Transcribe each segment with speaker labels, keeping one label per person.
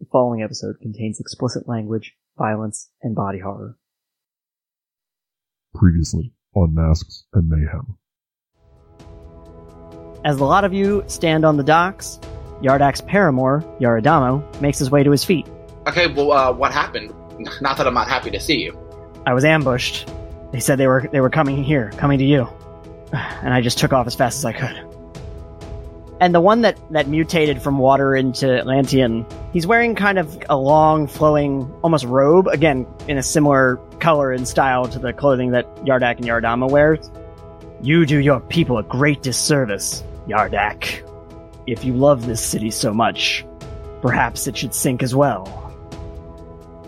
Speaker 1: The following episode contains explicit language, violence, and body horror.
Speaker 2: Previously on Masks and Mayhem.
Speaker 1: As a lot of you stand on the docks, Yardak's paramour, Yaradamo, makes his way to his feet.
Speaker 3: Okay, well, uh, what happened? Not that I'm not happy to see you.
Speaker 1: I was ambushed. They said they were they were coming here, coming to you. And I just took off as fast as I could. And the one that, that mutated from water into Atlantean, he's wearing kind of a long, flowing, almost robe, again, in a similar color and style to the clothing that Yardak and Yardama wears. You do your people a great disservice, Yardak. If you love this city so much, perhaps it should sink as well.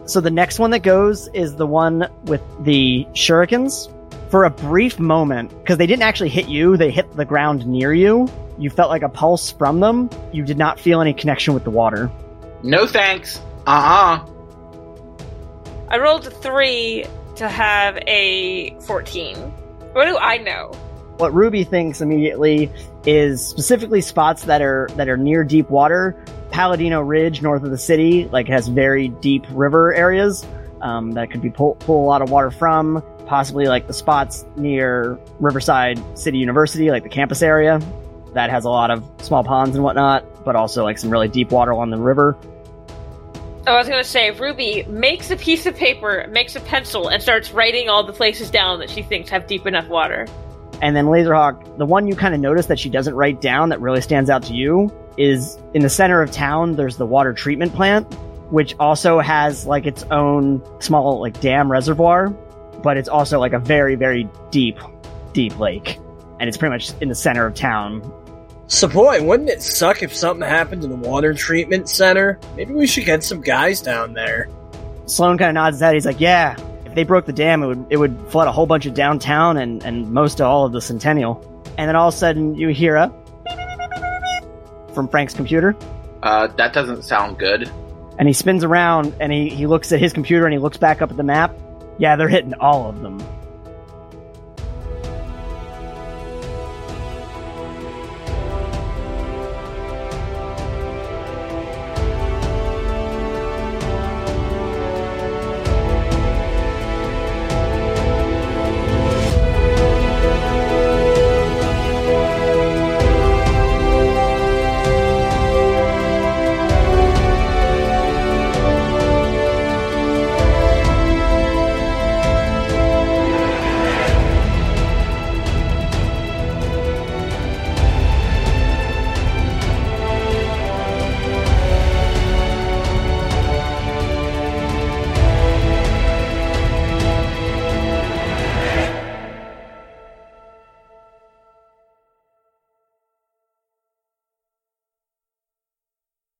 Speaker 1: So the next one that goes is the one with the shurikens. For a brief moment, because they didn't actually hit you, they hit the ground near you. You felt like a pulse from them. You did not feel any connection with the water.
Speaker 3: No thanks. Uh uh
Speaker 4: I rolled a three to have a 14. What do I know?
Speaker 1: What Ruby thinks immediately is specifically spots that are that are near deep water. Paladino Ridge, north of the city, like has very deep river areas um, that could be pull, pull a lot of water from. Possibly like the spots near Riverside City University, like the campus area, that has a lot of small ponds and whatnot, but also like some really deep water along the river.
Speaker 4: Oh, I was going to say, Ruby makes a piece of paper, makes a pencil, and starts writing all the places down that she thinks have deep enough water.
Speaker 1: And then Laserhawk, the one you kind of notice that she doesn't write down that really stands out to you is in the center of town, there's the water treatment plant, which also has like its own small like dam reservoir, but it's also like a very, very deep, deep lake. And it's pretty much in the center of town.
Speaker 5: So boy, wouldn't it suck if something happened to the water treatment center? Maybe we should get some guys down there.
Speaker 1: Sloan kind of nods his head. He's like, yeah, if they broke the dam, it would, it would flood a whole bunch of downtown and, and most of all of the Centennial. And then all of a sudden you hear a from Frank's computer.
Speaker 3: Uh, that doesn't sound good.
Speaker 1: and he spins around and he, he looks at his computer and he looks back up at the map. Yeah, they're hitting all of them.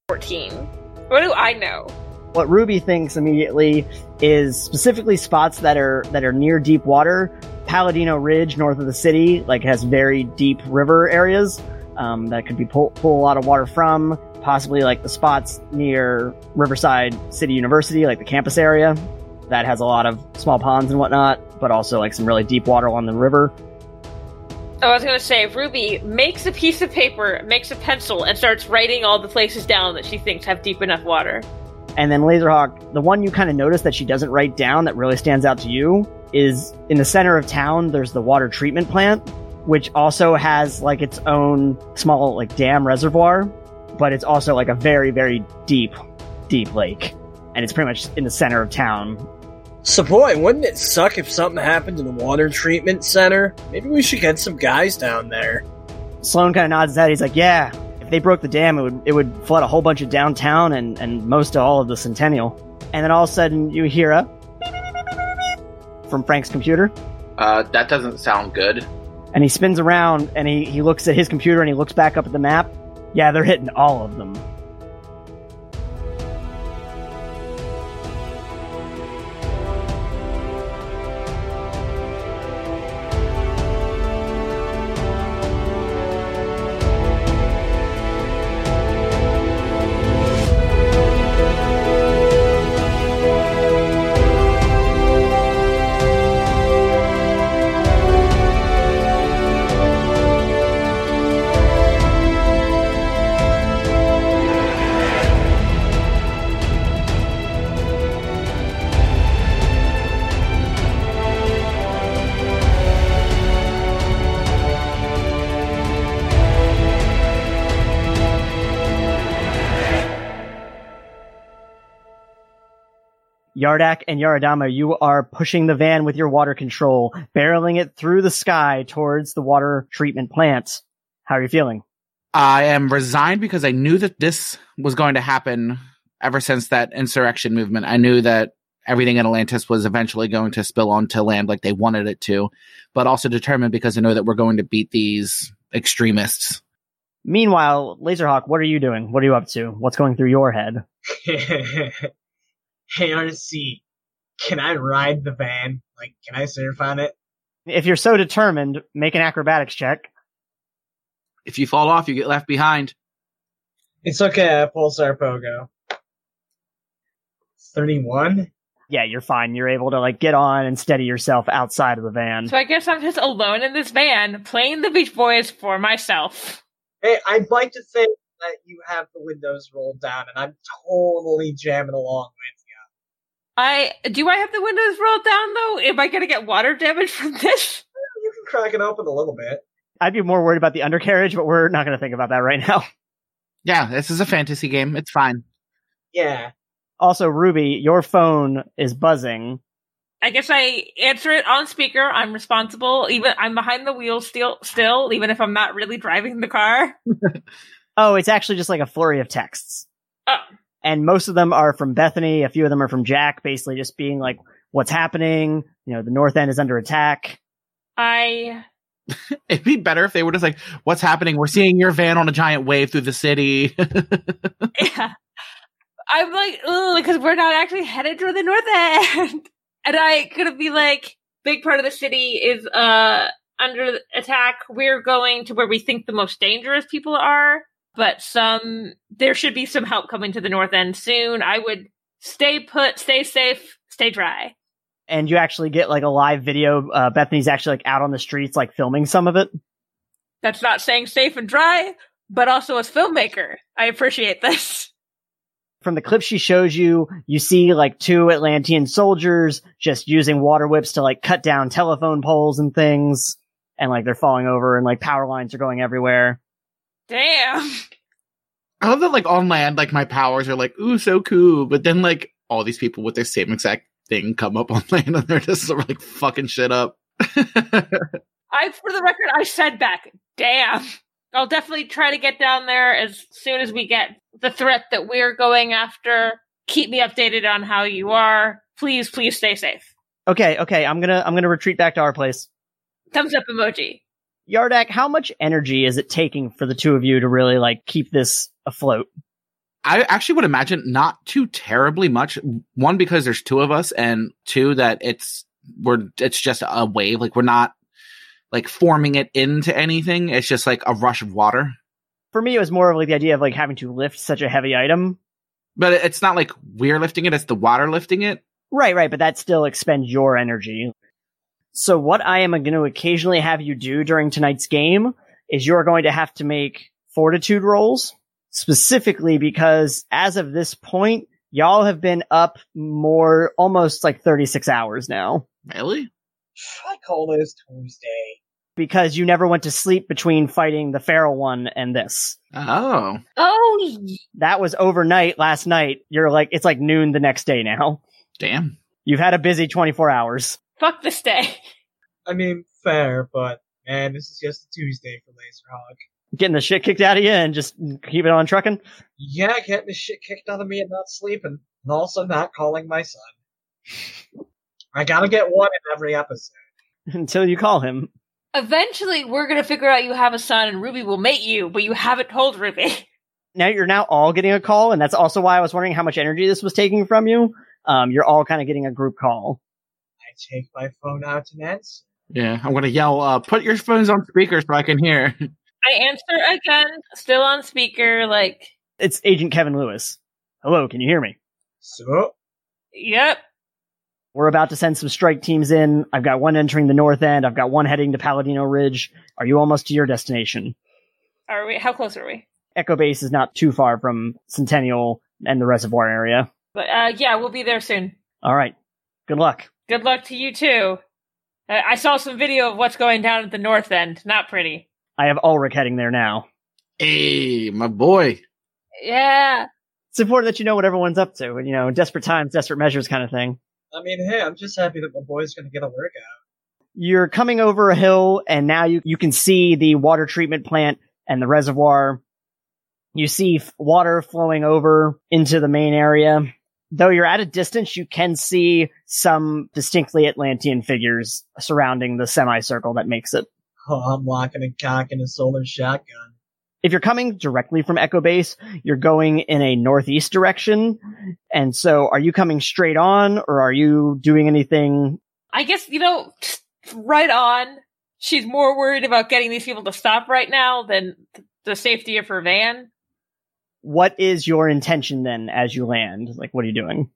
Speaker 4: Fourteen. What do I know?
Speaker 1: What Ruby thinks immediately is specifically spots that are that are near deep water. Paladino Ridge, north of the city, like has very deep river areas um, that could be pull, pull a lot of water from. Possibly like the spots near Riverside City University, like the campus area, that has a lot of small ponds and whatnot, but also like some really deep water along the river.
Speaker 4: Oh, I was going to say, Ruby makes a piece of paper, makes a pencil, and starts writing all the places down that she thinks have deep enough water.
Speaker 1: And then Laserhawk, the one you kind of notice that she doesn't write down that really stands out to you is in the center of town, there's the water treatment plant, which also has like its own small like dam reservoir, but it's also like a very, very deep, deep lake. And it's pretty much in the center of town.
Speaker 5: So boy, wouldn't it suck if something happened to the water treatment center? Maybe we should get some guys down there.
Speaker 1: Sloan kind of nods his head. He's like, yeah, if they broke the dam, it would, it would flood a whole bunch of downtown and, and most of all of the Centennial. And then all of a sudden you hear a from Frank's computer.
Speaker 3: Uh, that doesn't sound good.
Speaker 1: And he spins around and he, he looks at his computer and he looks back up at the map. Yeah, they're hitting all of them. Yardak and Yaradama, you are pushing the van with your water control, barreling it through the sky towards the water treatment plant. How are you feeling?
Speaker 6: I am resigned because I knew that this was going to happen ever since that insurrection movement. I knew that everything in Atlantis was eventually going to spill onto land like they wanted it to, but also determined because I know that we're going to beat these extremists.
Speaker 1: Meanwhile, Laserhawk, what are you doing? What are you up to? What's going through your head?
Speaker 7: hey, RC, can I ride the van? Like, can I surf on it?
Speaker 1: If you're so determined, make an acrobatics check.
Speaker 6: If you fall off, you get left behind.
Speaker 7: It's okay, I Pulsar Pogo. 31?
Speaker 1: Yeah, you're fine. You're able to like get on and steady yourself outside of the van.
Speaker 4: So I guess I'm just alone in this van playing the Beach Boys for myself.
Speaker 7: Hey, I'd like to think that you have the windows rolled down and I'm totally jamming along with you.
Speaker 4: I do I have the windows rolled down though? Am I gonna get water damage from this?
Speaker 7: You can crack it open a little bit.
Speaker 1: I'd be more worried about the undercarriage, but we're not going to think about that right now.
Speaker 6: Yeah, this is a fantasy game. It's fine.
Speaker 7: Yeah.
Speaker 1: Also, Ruby, your phone is buzzing.
Speaker 4: I guess I answer it on speaker. I'm responsible. Even I'm behind the wheel still still, even if I'm not really driving the car.
Speaker 1: Oh, it's actually just like a flurry of texts.
Speaker 4: Oh.
Speaker 1: And most of them are from Bethany. A few of them are from Jack, basically just being like, what's happening? You know, the North End is under attack.
Speaker 4: I
Speaker 6: It'd be better if they were just like, "What's happening? We're seeing your van on a giant wave through the city."
Speaker 4: yeah. I'm like, ooh, because we're not actually headed to the north end. And I could be like, big part of the city is uh under attack. We're going to where we think the most dangerous people are, but some there should be some help coming to the north end soon. I would stay put, stay safe, stay dry.
Speaker 1: And you actually get like a live video. Uh, Bethany's actually like out on the streets, like filming some of it.
Speaker 4: That's not saying safe and dry, but also as filmmaker, I appreciate this.
Speaker 1: From the clip she shows you, you see like two Atlantean soldiers just using water whips to like cut down telephone poles and things. And like they're falling over and like power lines are going everywhere.
Speaker 4: Damn.
Speaker 6: I love that, like on land, like my powers are like, "Ooh, so cool," but then like all these people with their same exact thing come up on land, and they're just sort of, like fucking shit up.
Speaker 4: I, for the record, I said back, damn. I'll definitely try to get down there as soon as we get the threat that we're going after. Keep me updated on how you are. Please, please stay safe.
Speaker 1: Okay, okay, I'm gonna I'm gonna retreat back to our place.
Speaker 4: Thumbs up emoji.
Speaker 1: Yardak, how much energy is it taking for the two of you to really like keep this afloat?
Speaker 6: I actually would imagine not too terribly much. One because there's two of us, and two that it's we're it's just a wave. Like we're not like forming it into anything. It's just like a rush of water.
Speaker 1: For me, it was more of like the idea of like having to lift such a heavy item.
Speaker 6: But it- it's not like we're lifting it; it's the water lifting it.
Speaker 1: Right, right, but that still expends your energy. So what I am going to occasionally have you do during tonight's game is you're going to have to make fortitude rolls specifically because as of this point, y'all have been up more almost like 36 hours now
Speaker 6: Really?
Speaker 7: I call this Tuesday.
Speaker 1: because you never went to sleep between fighting the feral one and this.
Speaker 6: Oh,
Speaker 4: Oh, y-
Speaker 1: That was overnight last night. You're like, it's like noon the next day now.
Speaker 6: damn.
Speaker 1: You've had a busy 24 hours.
Speaker 4: fuck this day.
Speaker 7: I mean, fair, but man, this is just a Tuesday for Laserhawk.
Speaker 1: Getting the shit kicked out of you and just keep it on trucking.
Speaker 7: Yeah, getting the shit kicked out of me and not sleeping, and also not calling my son. I gotta get one in every episode.
Speaker 1: until you call him.
Speaker 4: Eventually, we're going to figure out you have a son and Ruby will mate you, but you haven't told Ruby.
Speaker 1: Now you're now all getting a call, and that's also why I was wondering how much energy this was taking from you. Um, you're all kind of getting a group call.
Speaker 7: I take my phone out and answer.
Speaker 6: Yeah, I'm gonna yell. Uh, put your phones on speaker so I can hear.
Speaker 4: I answer again, still on speaker, like,
Speaker 1: It's Agent Kevin Lewis. Hello, can you hear me?
Speaker 7: So,
Speaker 4: yep.
Speaker 1: We're about to send some strike teams in. I've got one entering the north end. I've got one heading to Paladino Ridge. Are you almost to your destination?
Speaker 4: Are we, how close are we?
Speaker 1: Echo Base is not too far from Centennial and the reservoir area.
Speaker 4: But, uh, yeah, we'll be there soon.
Speaker 1: All right. Good luck.
Speaker 4: Good luck to you too. I I saw some video of what's going down at the north end. Not pretty.
Speaker 1: I have Ulrich heading there now.
Speaker 6: hey, my boy.
Speaker 4: Yeah.
Speaker 1: it's important that you know what everyone's up to. You know, desperate times, desperate measures kind of thing.
Speaker 7: I mean, hey, I'm just happy that my boy's gonna get a workout.
Speaker 1: You're coming over a hill, and now you you can see the water treatment plant and the reservoir. You see f- water flowing over into the main area. Though you're at a distance, you can see some distinctly Atlantean figures surrounding the semicircle that makes it.
Speaker 7: Oh, I'm locking and cocking a solar shotgun.
Speaker 1: if you're coming directly from Echo Base, you're going in a northeast direction. And so are you coming straight on or are you doing anything?
Speaker 4: I guess, you know, right on. She's more worried about getting these people to stop right now than th- the safety of her van.
Speaker 1: What is your intention then as you land? Like, what are you doing?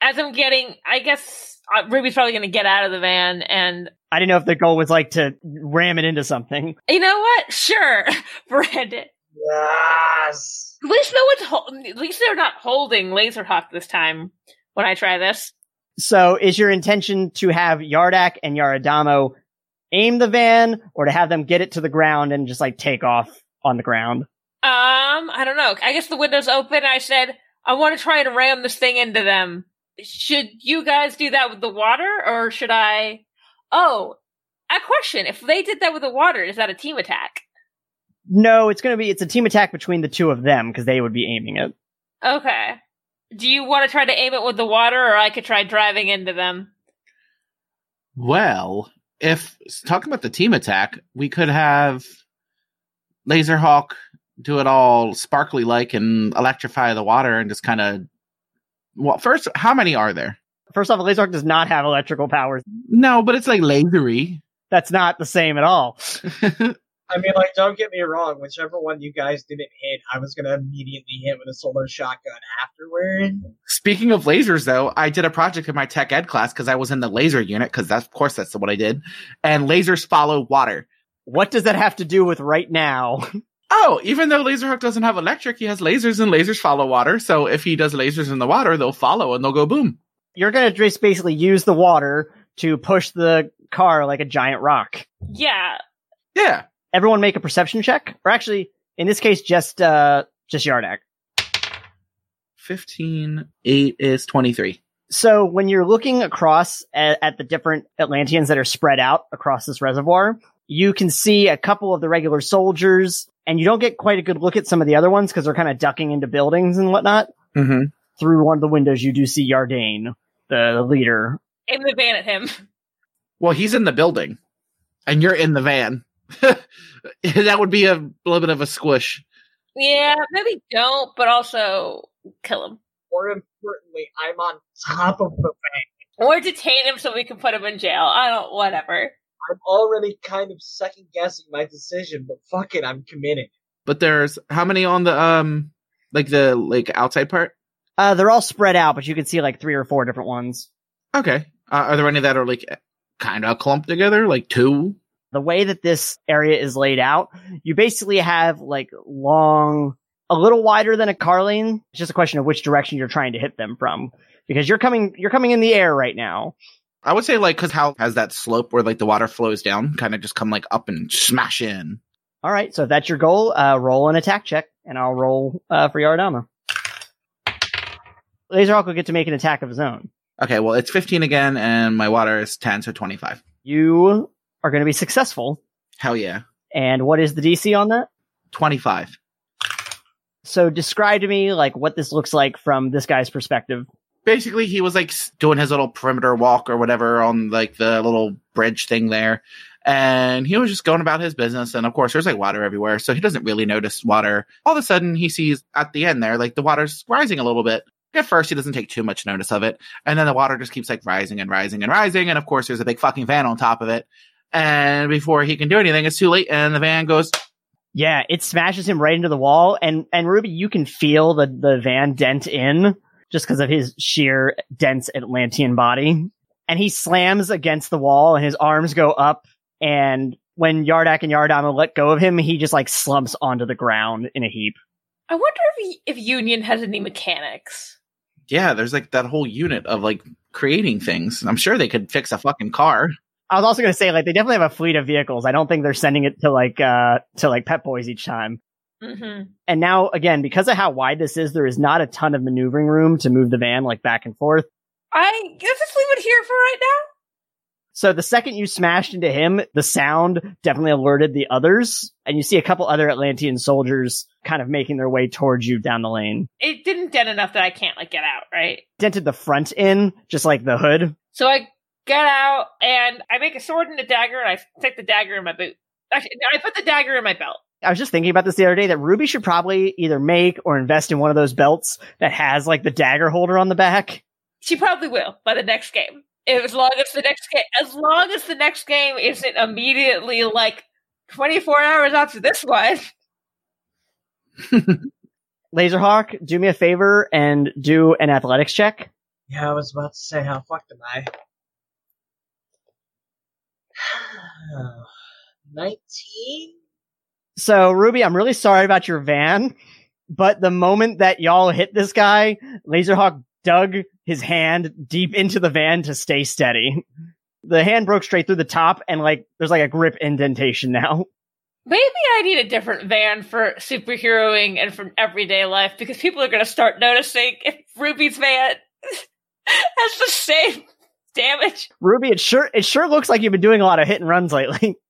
Speaker 4: As I'm getting, I guess uh, Ruby's probably going to get out of the van and
Speaker 1: I didn't know if the goal was like to ram it into something.
Speaker 4: you know what? Sure, Brandon.
Speaker 7: Yes.
Speaker 4: At least no one's hol- at least they're not holding Laserhawk this time when I try this.
Speaker 1: So is your intention to have Yardak and Yaradamo aim the van or to have them get it to the ground and just like take off on the ground?
Speaker 4: Um, I don't know. I guess the window's open. I said I want to try and ram this thing into them. Should you guys do that with the water, or should I? Oh, a question: If they did that with the water, is that a team attack?
Speaker 1: No, it's going to be, it's a team attack between the two of them because they would be aiming it.
Speaker 4: Okay. Do you want to try to aim it with the water, or I could try driving into them?
Speaker 6: Well, if talking about the team attack, we could have Laserhawk do it all sparkly like and electrify the water and just kind of. Well, first, how many are there?
Speaker 1: First off, a laser arc does not have electrical powers.
Speaker 6: No, but it's like lasery.
Speaker 1: That's not the same at all.
Speaker 7: I mean, like, don't get me wrong. Whichever one you guys didn't hit, I was gonna immediately hit with a solar shotgun afterward.
Speaker 6: Speaking of lasers, though, I did a project in my tech ed class because I was in the laser unit because that's of course that's what I did. And lasers follow water.
Speaker 1: What does that have to do with right now?
Speaker 6: Oh, even though Laserhawk doesn't have electric, he has lasers and lasers follow water. So if he does lasers in the water, they'll follow and they'll go boom.
Speaker 1: You're going to just basically use the water to push the car like a giant rock.
Speaker 4: Yeah.
Speaker 6: Yeah.
Speaker 1: Everyone make a perception check, or actually, in this case, just uh, just Yardak.
Speaker 6: 15, 8 is 23.
Speaker 1: So when you're looking across at, at the different Atlanteans that are spread out across this reservoir, you can see a couple of the regular soldiers, and you don't get quite a good look at some of the other ones because they're kind of ducking into buildings and whatnot.
Speaker 6: Mm-hmm.
Speaker 1: Through one of the windows, you do see Yardane, the, the leader
Speaker 4: Aim the van at him.
Speaker 6: Well, he's in the building and you're in the van. that would be a little bit of a squish.
Speaker 4: Yeah, maybe don't, but also kill him.
Speaker 7: More importantly, I'm on top of the
Speaker 4: Or detain him so we can put him in jail. I don't, whatever.
Speaker 7: I'm already kind of second guessing my decision, but fuck it, I'm committed.
Speaker 6: But there's how many on the um like the like outside part?
Speaker 1: Uh, they're all spread out, but you can see like three or four different ones.
Speaker 6: Okay. Uh, are there any that are like kind of clumped together, like two?
Speaker 1: The way that this area is laid out, you basically have like long, a little wider than a car lane. It's just a question of which direction you're trying to hit them from, because you're coming, you're coming in the air right now.
Speaker 6: I would say like because how has that slope where like the water flows down, kind of just come like up and smash in.
Speaker 1: All right, so if that's your goal, uh, roll an attack check, and I'll roll uh, for Yaradama. Laserhawk will get to make an attack of his own.
Speaker 6: Okay, well it's 15 again, and my water is 10, so 25.
Speaker 1: You are going to be successful,
Speaker 6: Hell yeah,
Speaker 1: and what is the DC on that?
Speaker 6: 25.
Speaker 1: So describe to me like what this looks like from this guy's perspective.
Speaker 6: basically he was like s- doing his little perimeter walk or whatever on like the little bridge thing there and he was just going about his business and of course there's like water everywhere so he doesn't really notice water all of a sudden he sees at the end there like the water's rising a little bit at first he doesn't take too much notice of it and then the water just keeps like rising and rising and rising and of course there's a big fucking van on top of it and before he can do anything it's too late and the van goes
Speaker 1: Yeah, it smashes him right into the wall, and and Ruby, you can feel the the van dent in just because of his sheer dense Atlantean body, and he slams against the wall, and his arms go up, and when Yardak and Yardama let go of him, he just like slumps onto the ground in a heap.
Speaker 4: I wonder if, if Union has any mechanics.
Speaker 6: yeah there's like that whole unit of like creating things i'm sure they could fix a fucking car
Speaker 1: I was also going to say like they definitely have a fleet of vehicles. I don't think they're sending it to like uh to like Pep Boys each time.
Speaker 4: Mm-hmm.
Speaker 1: And now, again, because of how wide this is, there is not a ton of maneuvering room to move the van like back and forth.
Speaker 4: I let's just leave it here for right now.
Speaker 1: So the second you smashed into him, the sound definitely alerted the others, and you see a couple other Atlantean soldiers kind of making their way towards you down the lane.
Speaker 4: It didn't dent enough that I can't like get out, right?
Speaker 1: Dented the front in, just like the hood.
Speaker 4: So I get out and I make a sword and a dagger, and I stick the dagger in my boot. Actually, no, I put the dagger in my belt.
Speaker 1: I was just thinking about this the other day that Ruby should probably either make or invest in one of those belts that has like the dagger holder on the back.
Speaker 4: She probably will by the next game. If- As long as the next game, as long as the next game isn't immediately like twenty four hours after this one.
Speaker 1: Laserhawk, do me a favor and do an athletics check.
Speaker 7: Yeah, I was about to say, how fucked am I? 19?
Speaker 1: So Ruby, I'm really sorry about your van, but the moment that y'all hit this guy, Laserhawk dug his hand deep into the van to stay steady. The hand broke straight through the top and like there's like a grip indentation now.
Speaker 4: Maybe I need a different van for superheroing and from everyday life because people are going to start noticing if Ruby's van has the same damage.
Speaker 1: Ruby, it sure it sure looks like you've been doing a lot of hit and runs lately.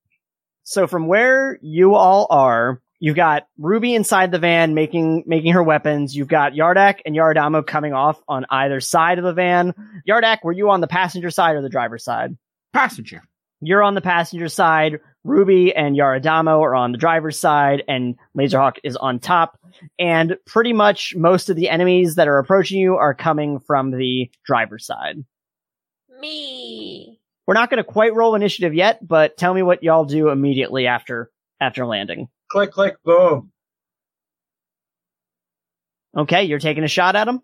Speaker 1: So from where you all are, you've got Ruby inside the van making making her weapons. You've got Yardak and Yaradamo coming off on either side of the van. Yardak, were you on the passenger side or the driver's side?
Speaker 6: Passenger.
Speaker 1: You're on the passenger side. Ruby and Yaradamo are on the driver's side, and Laserhawk is on top. And pretty much most of the enemies that are approaching you are coming from the driver's side.
Speaker 4: Me.
Speaker 1: We're not going to quite roll initiative yet, but tell me what y'all do immediately after after landing.
Speaker 7: Click, click, boom.
Speaker 1: Okay, you're taking a shot at him.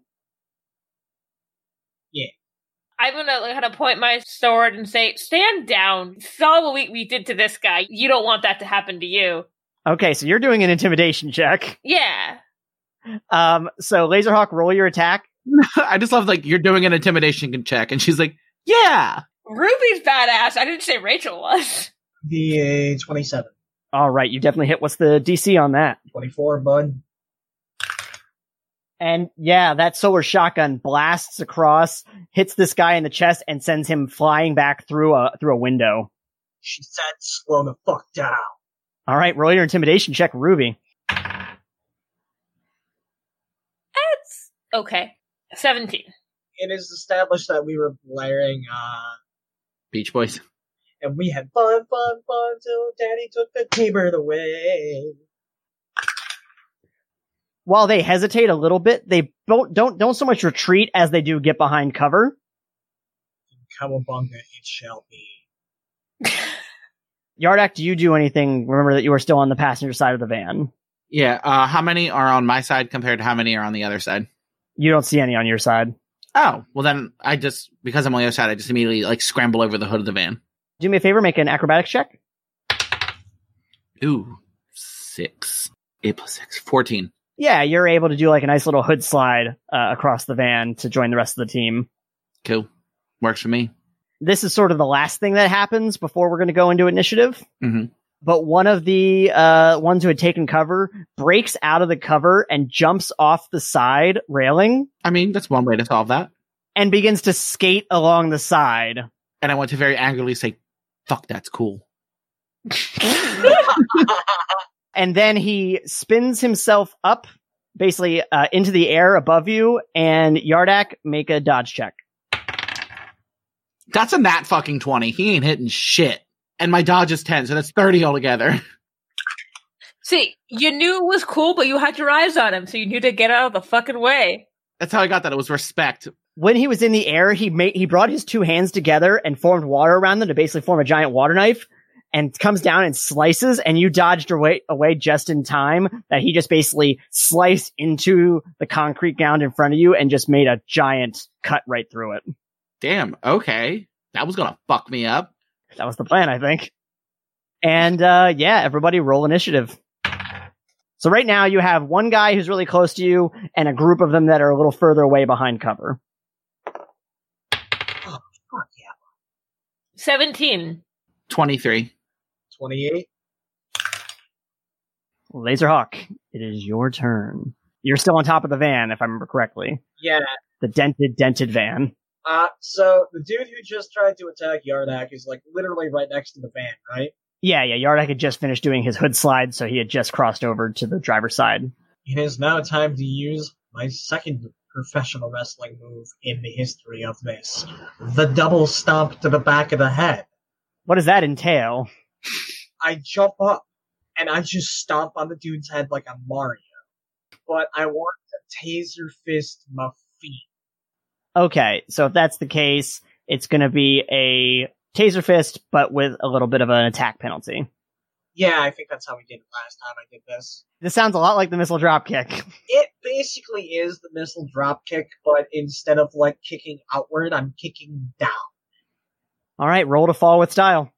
Speaker 4: I'm going to kind of point my sword and say, stand down. Saw what we, we did to this guy. You don't want that to happen to you.
Speaker 1: Okay, so you're doing an intimidation check.
Speaker 4: Yeah.
Speaker 1: Um, so Laserhawk, roll your attack.
Speaker 6: I just love like you're doing an intimidation check, and she's like, "Yeah."
Speaker 4: Ruby's badass. I didn't say Rachel was.
Speaker 7: The 27.
Speaker 1: All right, you definitely hit. What's the DC on that?
Speaker 7: 24, bud.
Speaker 1: And yeah, that solar shotgun blasts across, hits this guy in the chest, and sends him flying back through a through a window.
Speaker 7: She said, slow the fuck down.
Speaker 1: All right, roll your intimidation check, Ruby.
Speaker 4: That's okay. 17.
Speaker 7: It is established that we were blaring, uh,
Speaker 6: Beach Boys.
Speaker 7: and we had fun, fun, fun till daddy took the T bird away.
Speaker 1: While they hesitate a little bit, they don't don't don't so much retreat as they do get behind cover.
Speaker 7: Cowabunga, it shall be.
Speaker 1: Yardak, do you do anything? Remember that you were still on the passenger side of the van.
Speaker 6: Yeah. Uh, how many are on my side compared to how many are on the other side?
Speaker 1: You don't see any on your side.
Speaker 6: Oh, well then I just because I'm on the other side, I just immediately like scramble over the hood of the van.
Speaker 1: Do me a favor, make an acrobatics check.
Speaker 6: Ooh, six. Eight plus six. Fourteen.
Speaker 1: Yeah, you're able to do like a nice little hood slide uh, across the van to join the rest of the team.
Speaker 6: Cool. Works for me.
Speaker 1: This is sort of the last thing that happens before we're going to go into initiative.
Speaker 6: Mhm.
Speaker 1: But one of the uh, ones who had taken cover breaks out of the cover and jumps off the side railing
Speaker 6: I mean, that's one way to solve that.
Speaker 1: and begins to skate along the side.
Speaker 6: And I want to very angrily say, "Fuck, that's cool."
Speaker 1: and then he spins himself up basically uh, into the air above you and yardak make a dodge check
Speaker 6: That's a nat fucking twenty. He ain't hitting shit. And my dodge is ten, so that's thirty altogether.
Speaker 4: See, you knew it was cool, but you had your eyes on him, so you knew to get out of the fucking way.
Speaker 6: That's how I got that. It was respect.
Speaker 1: when he was in the air he made he brought his two hands together and formed water around them to basically form a giant water knife and comes down and slices and you dodged away away just in time that he just basically sliced into the concrete ground in front of you and just made a giant cut right through it
Speaker 6: Damn. Okay, that was gonna fuck me up.
Speaker 1: that was the plan, I think. And uh, yeah, everybody roll initiative. So right now you have one guy who's really close to you and a group of them that are a little further away behind cover.
Speaker 4: 17.
Speaker 6: Twenty three.
Speaker 7: 28.
Speaker 1: Laserhawk, it is your turn. You're still on top of the van, if I remember correctly.
Speaker 7: Yeah.
Speaker 1: The dented, dented van.
Speaker 7: Uh, so the dude who just tried to attack Yardak is like literally right next to the van, right?
Speaker 1: Yeah, yeah. Yardak had just finished doing his hood slide, so he had just crossed over to the driver's side.
Speaker 7: It is now time to use my second professional wrestling move in the history of this. The double stomp to the back of the head.
Speaker 1: What does that entail?
Speaker 7: I jump up and I just stomp on the dude's head like I'm Mario. But I want to taser fist my feet.
Speaker 1: Okay, so if that's the case, it's going to be a taser fist, but with a little bit of an attack penalty.
Speaker 7: Yeah, I think that's how we did it last time I did this.
Speaker 1: This sounds a lot like the missile dropkick.
Speaker 7: It basically is the missile drop kick, but instead of like kicking outward, I'm kicking down.
Speaker 1: All right, roll to fall with style.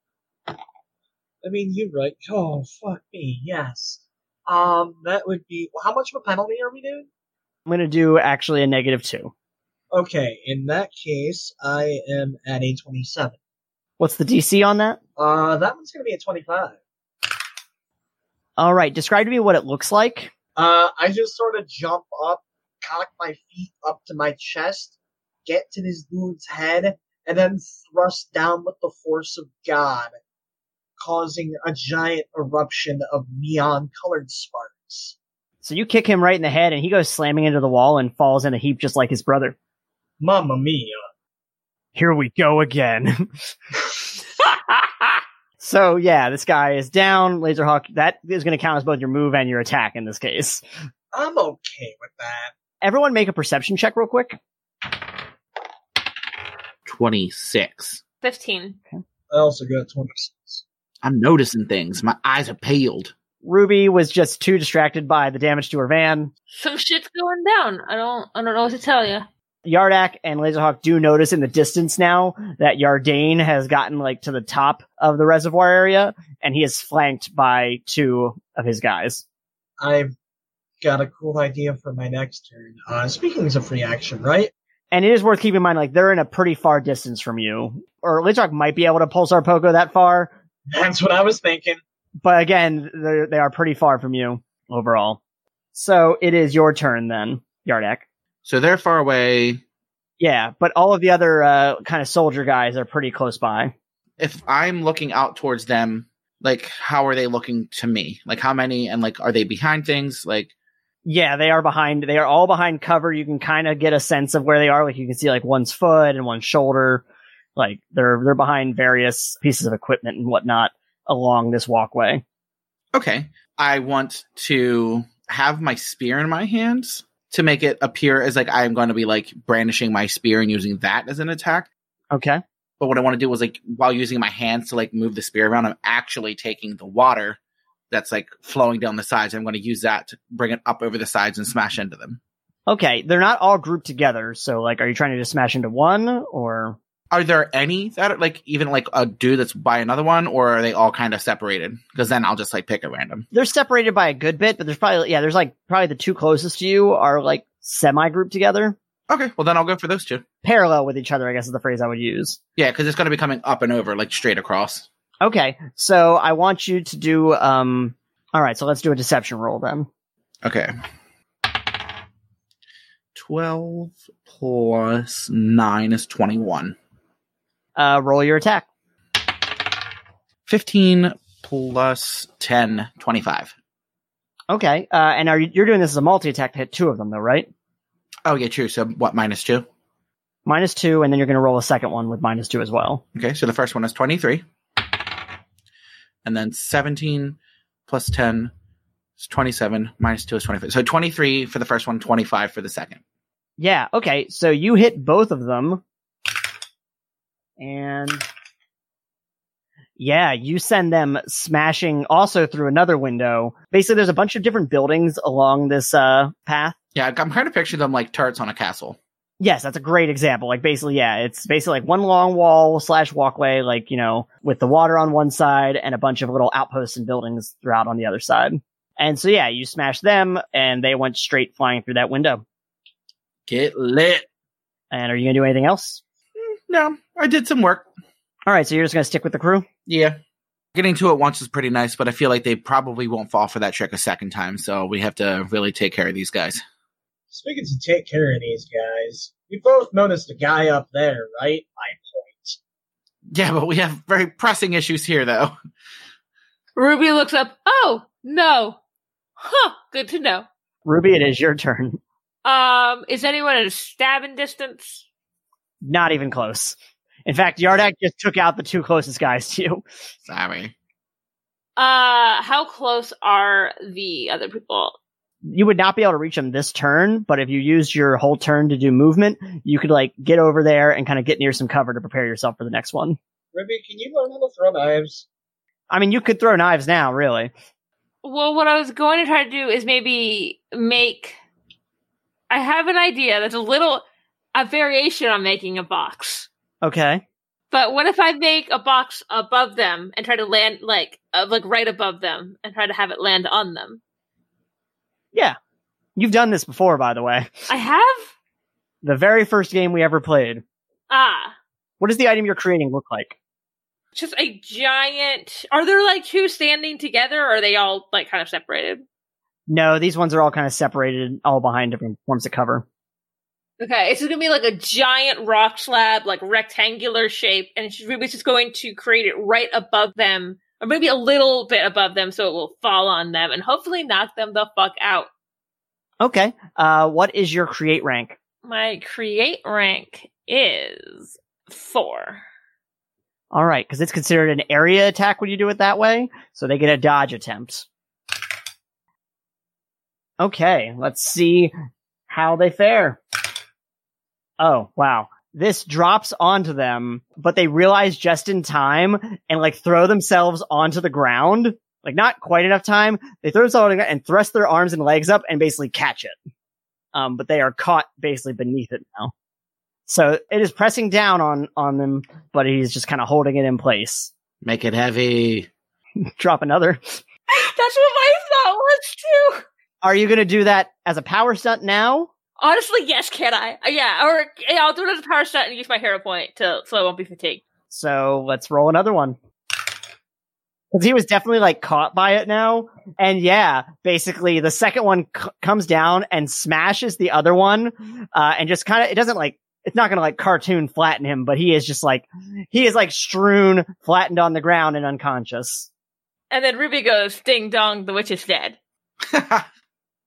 Speaker 7: I mean, you're right. Oh, fuck me. Yes. Um, that would be. How much of a penalty are we doing?
Speaker 1: I'm going to do actually a negative two.
Speaker 7: Okay, in that case, I am at a 27.
Speaker 1: What's the DC on that?
Speaker 7: Uh, that one's gonna be a 25.
Speaker 1: All right, describe to me what it looks like.
Speaker 7: Uh, I just sort of jump up, cock my feet up to my chest, get to this dude's head, and then thrust down with the force of God, causing a giant eruption of neon colored sparks.
Speaker 1: So you kick him right in the head, and he goes slamming into the wall and falls in a heap just like his brother.
Speaker 7: Mamma mia.
Speaker 1: Here we go again. so yeah, this guy is down. Laserhawk. That is going to count as both your move and your attack in this case.
Speaker 7: I'm okay with that.
Speaker 1: Everyone, make a perception check real quick.
Speaker 6: 26.
Speaker 4: 15.
Speaker 7: I also got 26.
Speaker 6: I'm noticing things. My eyes are paled.
Speaker 1: Ruby was just too distracted by the damage to her van.
Speaker 4: Some shit's going down. I don't. I don't know what to tell you.
Speaker 1: Yardak and Laserhawk do notice in the distance now that Yardane has gotten like to the top of the reservoir area, and he is flanked by two of his guys.
Speaker 7: I've got a cool idea for my next turn. Uh, speaking is a free action, right?
Speaker 1: And it is worth keeping in mind, like they're in a pretty far distance from you, or Laserhawk might be able to pulsar pogo that far,
Speaker 7: That's what I was thinking.
Speaker 1: but again, they're- they are pretty far from you overall. So it is your turn then, Yardak.
Speaker 6: So they're far away.
Speaker 1: Yeah, but all of the other uh, kind of soldier guys are pretty close by.
Speaker 6: If I'm looking out towards them, like how are they looking to me? Like how many and like are they behind things? Like
Speaker 1: Yeah, they are behind. They are all behind cover. You can kind of get a sense of where they are. Like you can see like one's foot and one's shoulder. Like they're they're behind various pieces of equipment and whatnot along this walkway.
Speaker 6: okay, I want to have my spear in my hands to make it appear as like I am going to be like brandishing my spear and using that as an attack.
Speaker 1: Okay.
Speaker 6: But what I want to do was like while using my hands to like move the spear around, I'm actually taking the water that's like flowing down the sides. I'm going to use that to bring it up over the sides and smash into them.
Speaker 1: Okay. They're not all grouped together. So like, are you trying to just smash into one or?
Speaker 6: Are there any that are like even like a dude that's by another one, or are they all kind of separated? Because then I'll just like pick at random.
Speaker 1: They're separated by a good bit, but there's probably yeah, there's like probably the two closest to you are like semi grouped together,
Speaker 6: Okay, well then I'll go for those two.
Speaker 1: parallel with each other. I guess is the phrase I would use.
Speaker 6: Yeah, because it's going to be coming up and over, like straight across.
Speaker 1: Okay. So I want you to do um. All right. So let's do a deception roll then.
Speaker 6: Okay. 12 plus 9 is 21.
Speaker 1: Uh, roll your attack.
Speaker 6: 15 plus 10, 25.
Speaker 1: Okay. Uh, and are you, you're doing this as a multi attack to hit two of them though, right?
Speaker 6: Oh, yeah, true. So what, minus 2?
Speaker 1: Minus two, and then you're going to roll a second one with minus two as well.
Speaker 6: Okay, so the first one is 23. And then 17 plus 10 is 27, minus 2 is 25. So 23 for the first one, 25 for the second.
Speaker 1: Yeah. Okay. So you hit both of them, and yeah, you send them smashing also through another window. Basically, there's a bunch of different buildings along this uh, path.
Speaker 6: Yeah, I'm kind of picturing them like turrets on a castle.
Speaker 1: Yes, that's a great example. Like basically, yeah, it's basically like one long wall slash walkway, like, you know, with the water on one side and a bunch of little outposts and buildings throughout on the other side. And so yeah, you smash them and they went straight flying through that window.
Speaker 6: Get lit.
Speaker 1: And are you gonna do anything else?
Speaker 6: No, I did some work.
Speaker 1: All right, so you're just gonna stick with the crew?
Speaker 6: Yeah. Getting to it once is pretty nice, but I feel like they probably won't fall for that trick a second time. So we have to really take care of these guys.
Speaker 5: Speaking to take care of these guys, we both noticed a guy up there, right? I
Speaker 6: Yeah, but we have very pressing issues here, though.
Speaker 4: Ruby looks up. Oh no, huh? Good to know.
Speaker 1: Ruby, it is your turn.
Speaker 4: Um, is anyone at a stabbing distance?
Speaker 1: Not even close. In fact, Yardak just took out the two closest guys to you.
Speaker 6: Sorry.
Speaker 4: Uh, how close are the other people?
Speaker 1: You would not be able to reach them this turn, but if you used your whole turn to do movement, you could like get over there and kind of get near some cover to prepare yourself for the next one.
Speaker 5: Ruby, can you learn how to throw knives?
Speaker 1: I mean, you could throw knives now, really.
Speaker 4: Well, what I was going to try to do is maybe make. I have an idea that's a little a variation on making a box.
Speaker 1: Okay.
Speaker 4: But what if I make a box above them and try to land like uh, like right above them and try to have it land on them?
Speaker 1: You've done this before, by the way.
Speaker 4: I have
Speaker 1: The very first game we ever played.
Speaker 4: ah
Speaker 1: What does the item you're creating look like?
Speaker 4: just a giant. Are there like two standing together? or Are they all like kind of separated?
Speaker 1: No, these ones are all kind of separated, all behind different forms of cover.
Speaker 4: Okay, it's gonna be like a giant rock slab, like rectangular shape, and she- Ruby's just going to create it right above them, or maybe a little bit above them, so it will fall on them and hopefully knock them the fuck out.
Speaker 1: Okay. Uh, what is your create rank?
Speaker 4: My create rank is four.
Speaker 1: All right, because it's considered an area attack when you do it that way, so they get a dodge attempt. Okay, let's see how they fare. Oh, wow. This drops onto them, but they realize just in time and like throw themselves onto the ground. Like not quite enough time. They throw themselves on the ground and thrust their arms and legs up and basically catch it. Um, but they are caught basically beneath it now. So it is pressing down on, on them but he's just kind of holding it in place.
Speaker 6: Make it heavy.
Speaker 1: Drop another.
Speaker 4: That's what my thought was too.
Speaker 1: Are you going to do that as a power stunt now?
Speaker 4: Honestly, yes, can I? Uh, Yeah, or yeah, I'll do it as a power shot and use my hero point to so I won't be fatigued.
Speaker 1: So let's roll another one. Because he was definitely like caught by it now. And yeah, basically the second one c- comes down and smashes the other one. Uh, and just kind of, it doesn't like, it's not going to like cartoon flatten him, but he is just like, he is like strewn, flattened on the ground and unconscious.
Speaker 4: And then Ruby goes, "Ding dong, the witch is dead."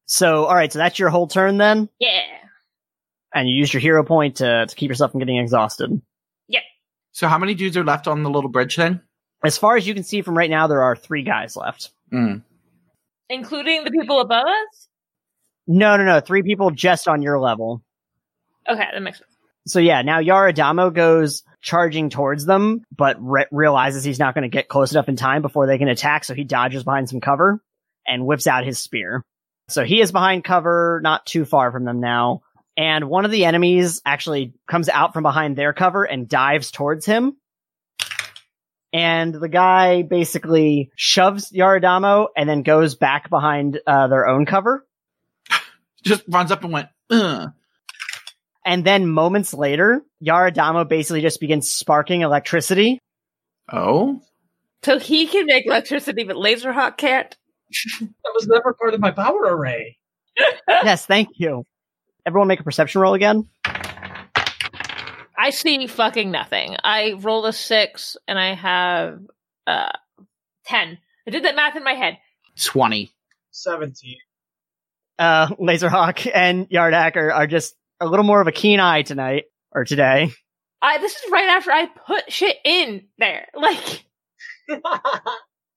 Speaker 1: So, all right. So that's your whole turn then.
Speaker 4: Yeah.
Speaker 1: And you use your hero point to, to keep yourself from getting exhausted.
Speaker 6: so, how many dudes are left on the little bridge thing?
Speaker 1: as far as you can see from right now, there are three guys left.
Speaker 6: Mm.
Speaker 4: Including the people above us?
Speaker 1: No, no, no. Three people just on your level.
Speaker 4: Okay, that makes sense.
Speaker 1: So yeah, now Yaradamo goes charging towards them, but re- realizes he's not going to get close enough in time before they can attack. So he dodges behind some cover and whips out his spear. So he is behind cover, not too far from them now. And one of the enemies actually comes out from behind their cover and dives towards him. And the guy basically shoves Yaradamo and then goes back behind uh, their own cover.
Speaker 6: Just runs up and went, Ugh.
Speaker 1: And then moments later, Yaradamo basically just begins sparking electricity
Speaker 6: oh,
Speaker 4: So he can make electricity, but Laserhawk can't.
Speaker 5: That was never part of my power array.
Speaker 1: yes, thank you. Everyone make a perception roll again.
Speaker 4: I see fucking nothing. I rolled a six and I have uh ten. I did that math in my head.
Speaker 6: 20.
Speaker 5: 17.
Speaker 1: Uh, Laserhawk and Yardak are, are just a little more of a keen eye tonight or today.
Speaker 4: I this is right after I put shit in there. Like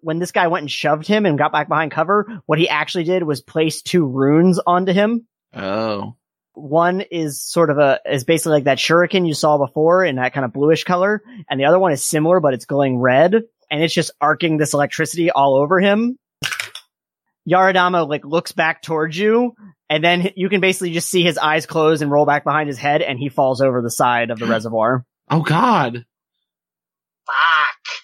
Speaker 1: When this guy went and shoved him and got back behind cover, what he actually did was place two runes onto him.
Speaker 6: Oh.
Speaker 1: One is sort of a is basically like that shuriken you saw before in that kind of bluish color, and the other one is similar but it's glowing red, and it's just arcing this electricity all over him. Yaradama like looks back towards you, and then you can basically just see his eyes close and roll back behind his head, and he falls over the side of the reservoir.
Speaker 6: Oh, God.
Speaker 5: Fuck.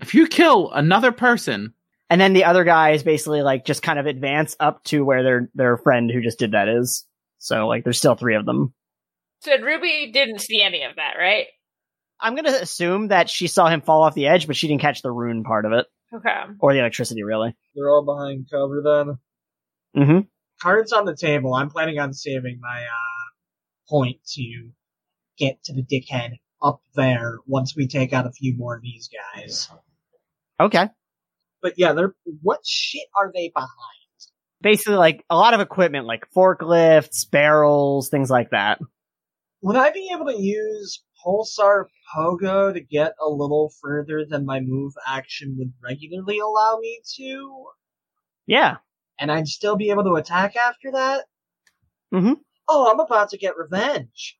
Speaker 6: If you kill another person,
Speaker 1: And then the other guy is basically like just kind of advance up to where their their friend who just did that is. So like there's still three of them.
Speaker 4: so Ruby didn't see any of that, right?
Speaker 1: I'm gonna assume that she saw him fall off the edge, but she didn't catch the rune part of it
Speaker 4: Okay.
Speaker 1: or the electricity, really.
Speaker 7: They're all behind cover then.
Speaker 1: Mm-hmm.
Speaker 7: Cards on the table. I'm planning on saving my uh, point to get to the dickhead up there once we take out a few more of these guys.
Speaker 1: Okay.
Speaker 7: But yeah, they're what shit are they behind?
Speaker 1: Basically, like a lot of equipment, like forklifts, barrels, things like that.
Speaker 7: Would I be able to use Pulsar Pogo to get a little further than my move action would regularly allow me to?
Speaker 1: Yeah.
Speaker 7: And I'd still be able to attack after that?
Speaker 1: Mhm.
Speaker 7: Oh, I'm about to get revenge.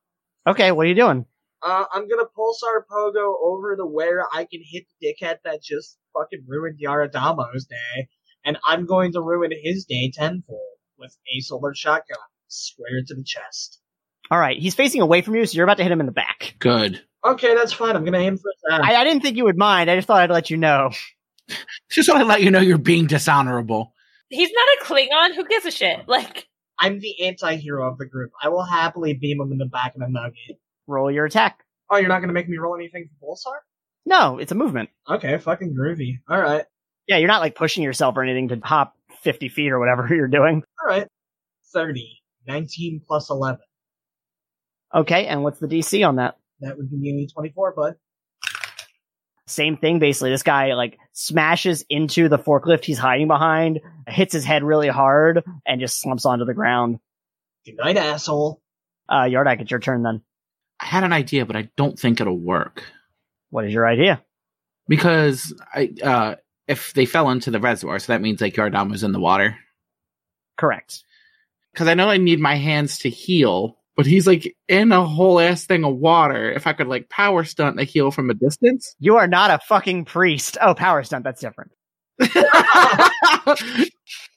Speaker 1: Okay. What are you doing?
Speaker 7: Uh, I'm gonna Pulsar Pogo over to where I can hit the dickhead that just fucking ruined Yaradamo's day, and I'm going to ruin his day tenfold with a solar shotgun square to the chest.
Speaker 1: All right. He's facing away from you, so you're about to hit him in the back.
Speaker 6: Good.
Speaker 7: Okay, that's fine. I'm gonna aim for that.
Speaker 1: I, I didn't think you would mind. I just thought I'd let you know.
Speaker 6: Just want to let you know you're being dishonorable.
Speaker 4: He's not a Klingon. Who gives a shit? Like,
Speaker 7: I'm the anti-hero of the group. I will happily beam him in the back of the nugget.
Speaker 1: Roll your attack.
Speaker 7: Oh, you're not gonna make me roll anything for Pulsar?
Speaker 1: No, it's a movement.
Speaker 7: Okay, fucking groovy. All right,
Speaker 1: Yeah, you're not like pushing yourself or anything to hop 50 feet or whatever you're doing.
Speaker 7: all right. Thirty. Nineteen plus eleven.
Speaker 1: Okay. And what's the DC on that?
Speaker 7: That would be an twenty-four, bud.
Speaker 1: same thing basically this guy like smashes into the forklift he's hiding behind hits his head really hard and just slumps onto the ground
Speaker 7: Good night, asshole.
Speaker 1: uh yardak it's your turn then
Speaker 6: I had an idea, but I don't think it'll work
Speaker 1: what is your idea
Speaker 6: because I uh, if they fell into the reservoir, so that means like Yardam was in the water.
Speaker 1: correct
Speaker 6: Because I know I need my hands to heal, but he's like in a whole ass thing of water. If I could like power stunt the heal from a distance,
Speaker 1: you are not a fucking priest oh power stunt that's different i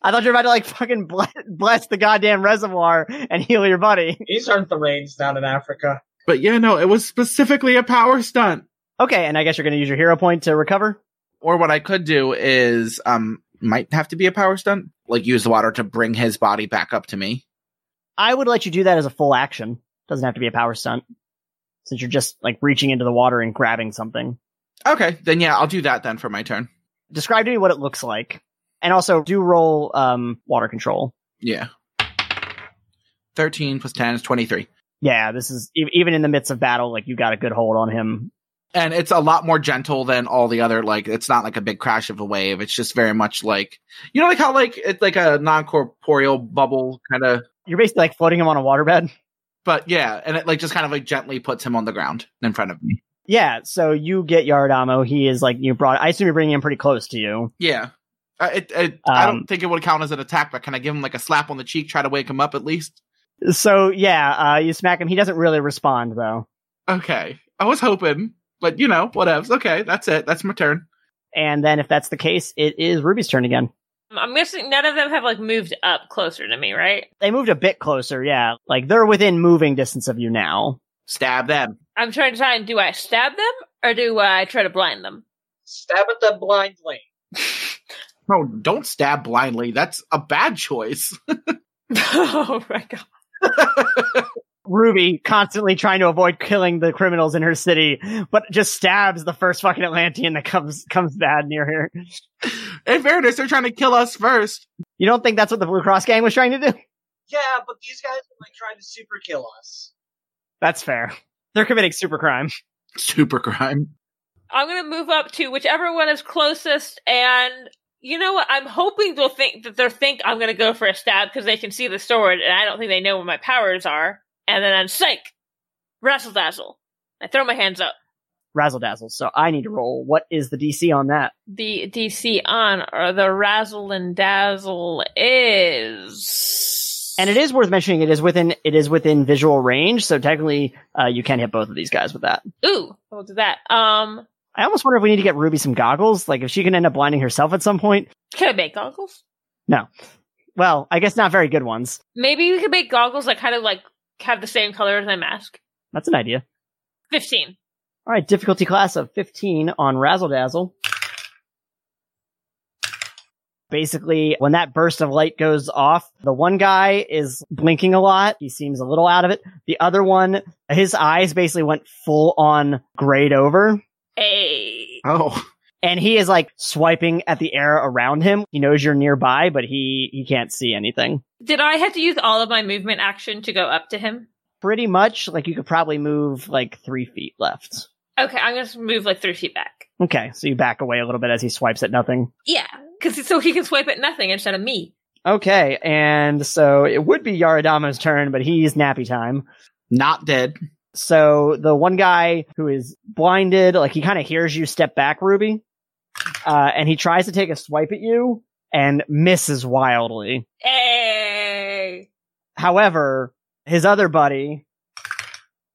Speaker 1: thought you were about to like fucking bless, bless the goddamn reservoir and heal your buddy
Speaker 7: These aren't the rains down in Africa.
Speaker 6: but yeah, no, it was specifically a power stunt.
Speaker 1: okay and i guess you're gonna use your hero point to recover
Speaker 6: Or what I could do is um might have to be a power stunt, like use the water to bring his body back up to me.
Speaker 1: i would let you do that as a full action doesn't have to be a power stunt since you're just like reaching into the water and grabbing something
Speaker 6: Okay, then yeah, I'll do that then for my turn.
Speaker 1: describe to me what it looks like and also do roll um water control
Speaker 6: Yeah. 13 plus 10 is 23.
Speaker 1: yeah this is e- even in the midst of battle like you got a good hold on him
Speaker 6: And it's a lot more gentle than all the other, like, it's not like a big crash of a wave. It's just very much like, you know, like how, like, it's like a non corporeal bubble kind of,
Speaker 1: you're basically like floating him on a waterbed
Speaker 6: but yeah. And it, like, just kind of like gently puts him on the ground in front of me.
Speaker 1: yeah so you get yardamo he is like you brought i assume you're bringing him pretty close to you
Speaker 6: Yeah. I, it, it, I
Speaker 1: Um,
Speaker 6: don't think it would count as an attack, but can I give him like a slap on the cheek, try to wake him up at least?
Speaker 1: so yeah uh you smack him he doesn't really respond though
Speaker 6: Okay. I was hoping, but you know, whatevs. Okay. That's it. That's my turn.
Speaker 1: and then if that's the case it is ruby's turn again
Speaker 4: I'm guessing none of them have like moved up closer to me, right?
Speaker 1: they moved a bit closer yeah like they're within moving distance of you now
Speaker 6: Stab them.
Speaker 4: I'm trying to find. Do I stab them or do I try to blind them?
Speaker 7: Stab at them blindly.
Speaker 6: No, don't stab blindly. That's a bad choice.
Speaker 4: oh my god!
Speaker 1: Ruby constantly trying to avoid killing the criminals in her city, but just stabs the first fucking Atlantean that comes comes bad near her.
Speaker 6: In fairness, they're trying to kill us first.
Speaker 1: You don't think that's what the Blue Cross gang was trying to do?
Speaker 7: Yeah, but these guys are like trying to super kill us.
Speaker 1: That's fair. They're committing super crime.
Speaker 6: Super crime.
Speaker 4: I'm gonna move up to whichever one is closest, and you know what? I'm hoping they'll think that they'll think I'm gonna go for a stab because they can see the sword, and I don't think they know what my powers are. And then I'm psych, razzle dazzle. I throw my hands up.
Speaker 1: Razzle dazzle. So I need to roll. What is the DC on that?
Speaker 4: The DC on or the razzle and dazzle is,
Speaker 1: And it is worth mentioning. It is within it is within visual range, so technically uh, you can hit both of these guys with that.
Speaker 4: Ooh, we'll do that. Um,
Speaker 1: I almost wonder if we need to get Ruby some goggles. Like if she can end up blinding herself at some point.
Speaker 4: can I make goggles?
Speaker 1: Well, I guess not very good ones.
Speaker 4: Maybe we could make goggles that kind of like have the same color as my mask.
Speaker 1: That's an idea.
Speaker 4: 15.
Speaker 1: All right, difficulty class of 15 on Razzle Dazzle. basically when that burst of light goes off, the one guy is blinking a lot. He seems a little out of it. The other one, his eyes basically went full on grayed over.
Speaker 4: Hey.
Speaker 6: Oh,
Speaker 1: And he is like swiping at the air around him. He knows you're nearby, but he, he can't see anything.
Speaker 4: Did I have to use all of my movement action to go up to him?
Speaker 1: Pretty much, like you could probably move like three feet left.
Speaker 4: Okay, I'm going to move like three feet back.
Speaker 1: Okay, so you back away a little bit as he swipes at nothing.
Speaker 4: Yeah, because so he can swipe at nothing instead of me.
Speaker 1: Okay, and so it would be Yaradama's turn, but he's nappy time.
Speaker 6: not dead.
Speaker 1: So the one guy who is blinded, like he kind of hears you step back, Ruby, uh, and he tries to take a swipe at you and misses wildly.
Speaker 4: Hey.
Speaker 1: However, his other buddy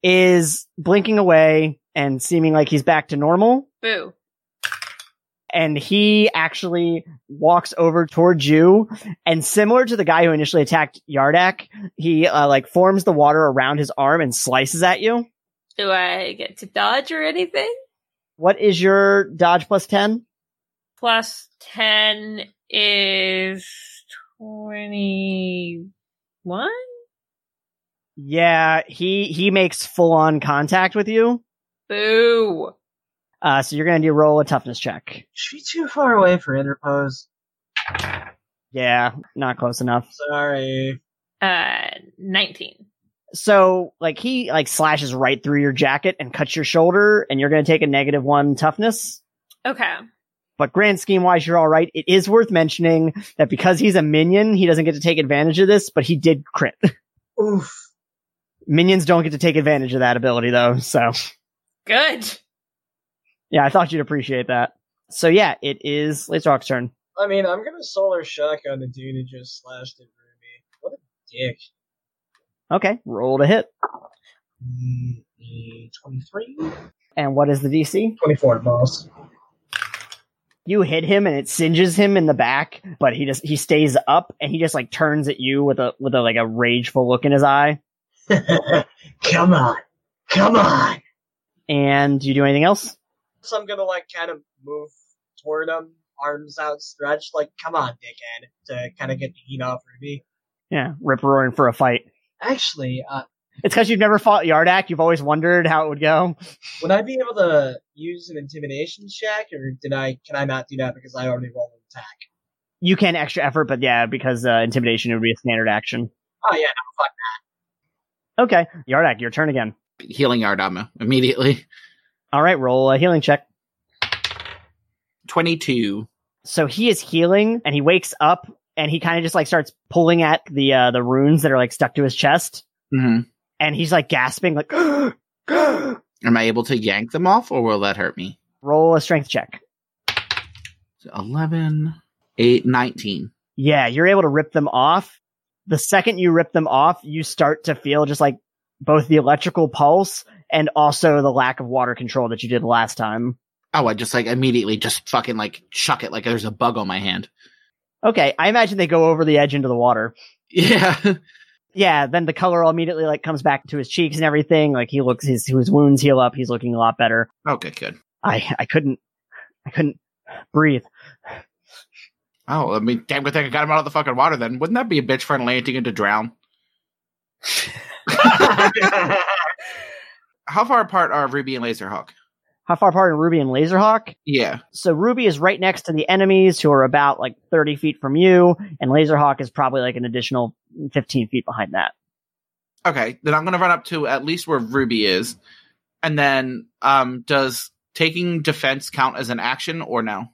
Speaker 1: is blinking away and seeming like he's back to normal,
Speaker 4: Boo.
Speaker 1: and he actually walks over towards you and similar to the guy who initially attacked yardak he uh, like forms the water around his arm and slices at you
Speaker 4: Do I get to dodge or anything?
Speaker 1: what is your dodge plus 10
Speaker 4: Plus 10 is 21?
Speaker 1: yeah he he makes full on contact with you
Speaker 4: Boo.
Speaker 1: uh, so you're gonna do roll a toughness check
Speaker 7: She's too far away for interpose.
Speaker 1: yeah not close enough
Speaker 7: Sorry.
Speaker 4: Uh, 19.
Speaker 1: so like he like slashes right through your jacket and cuts your shoulder and you're gonna take a negative one toughness
Speaker 4: Okay.
Speaker 1: But grand scheme wise, you're all right. It is worth mentioning that because he's a minion, he doesn't get to take advantage of this, but he did crit.
Speaker 7: Oof.
Speaker 1: Minions don't get to take advantage of that ability though. So
Speaker 4: Good.
Speaker 1: yeah, I thought you'd appreciate that. So yeah, it is Laser Hawk's turn.
Speaker 5: I mean, I'm gonna solar shotgun the dude who just slashed at Ruby. What a dick.
Speaker 1: Okay, roll to hit.
Speaker 7: Mm, mm, 23?
Speaker 1: And what is the DC?
Speaker 5: 24 boss.
Speaker 1: You hit him and it singes him in the back, but he just he stays up and he just like turns at you with a with a like a rageful look in his eye.
Speaker 7: Come on. Come on.
Speaker 1: And do you do anything else?
Speaker 5: So I'm gonna like kind of move toward him, arms outstretched, like come on, dickhead, to kind of get the heat off Ruby.
Speaker 1: Yeah, rip roaring for a fight.
Speaker 7: Actually, uh,
Speaker 1: It's because you've never fought Yardak. You've always wondered how it would go.
Speaker 5: Would I be able to use an intimidation check, or did I? Can I not do that because I already rolled an attack?
Speaker 1: You can extra effort, but yeah, because uh, intimidation would be a standard action.
Speaker 5: Oh yeah,
Speaker 1: Okay, Yardak, your turn again.
Speaker 6: Healing Yardama immediately.
Speaker 1: All right, roll a healing check.
Speaker 6: 22.
Speaker 1: So he is healing, and he wakes up, and he kind of just like starts pulling at the uh, the runes that are like stuck to his chest,
Speaker 6: hmm
Speaker 1: and he's like gasping, like
Speaker 6: Am I able to yank them off or will that hurt me?
Speaker 1: roll a strength check.
Speaker 6: So 11, 8, 19.
Speaker 1: Yeah, you're able to rip them off. The second you rip them off, you start to feel just like both the electrical pulse and also the lack of water control that you did last time.
Speaker 6: Oh, I just like immediately just fucking like chuck it like there's a bug on my hand.
Speaker 1: Okay, I imagine they go over the edge into the water.
Speaker 6: Yeah.
Speaker 1: Yeah, then the color all immediately like comes back to his cheeks and everything. Like he looks his his wounds heal up. He's looking a lot better.
Speaker 6: okay, good.
Speaker 1: I I couldn't I couldn't breathe.
Speaker 6: Oh, I mean, damn good thing I got him out of the fucking water then. Wouldn't that be a bitch for an Atlantean to drown?
Speaker 5: I'm
Speaker 6: How far apart are Ruby and Laserhawk?
Speaker 1: How far apart are Ruby and Laserhawk?
Speaker 6: Yeah.
Speaker 1: So Ruby is right next to the enemies who are about like 30 feet from you, and Laserhawk is probably like an additional 15 feet behind that.
Speaker 6: Okay, then I'm gonna run up to at least where Ruby is, and then um, does taking defense count as an action or no?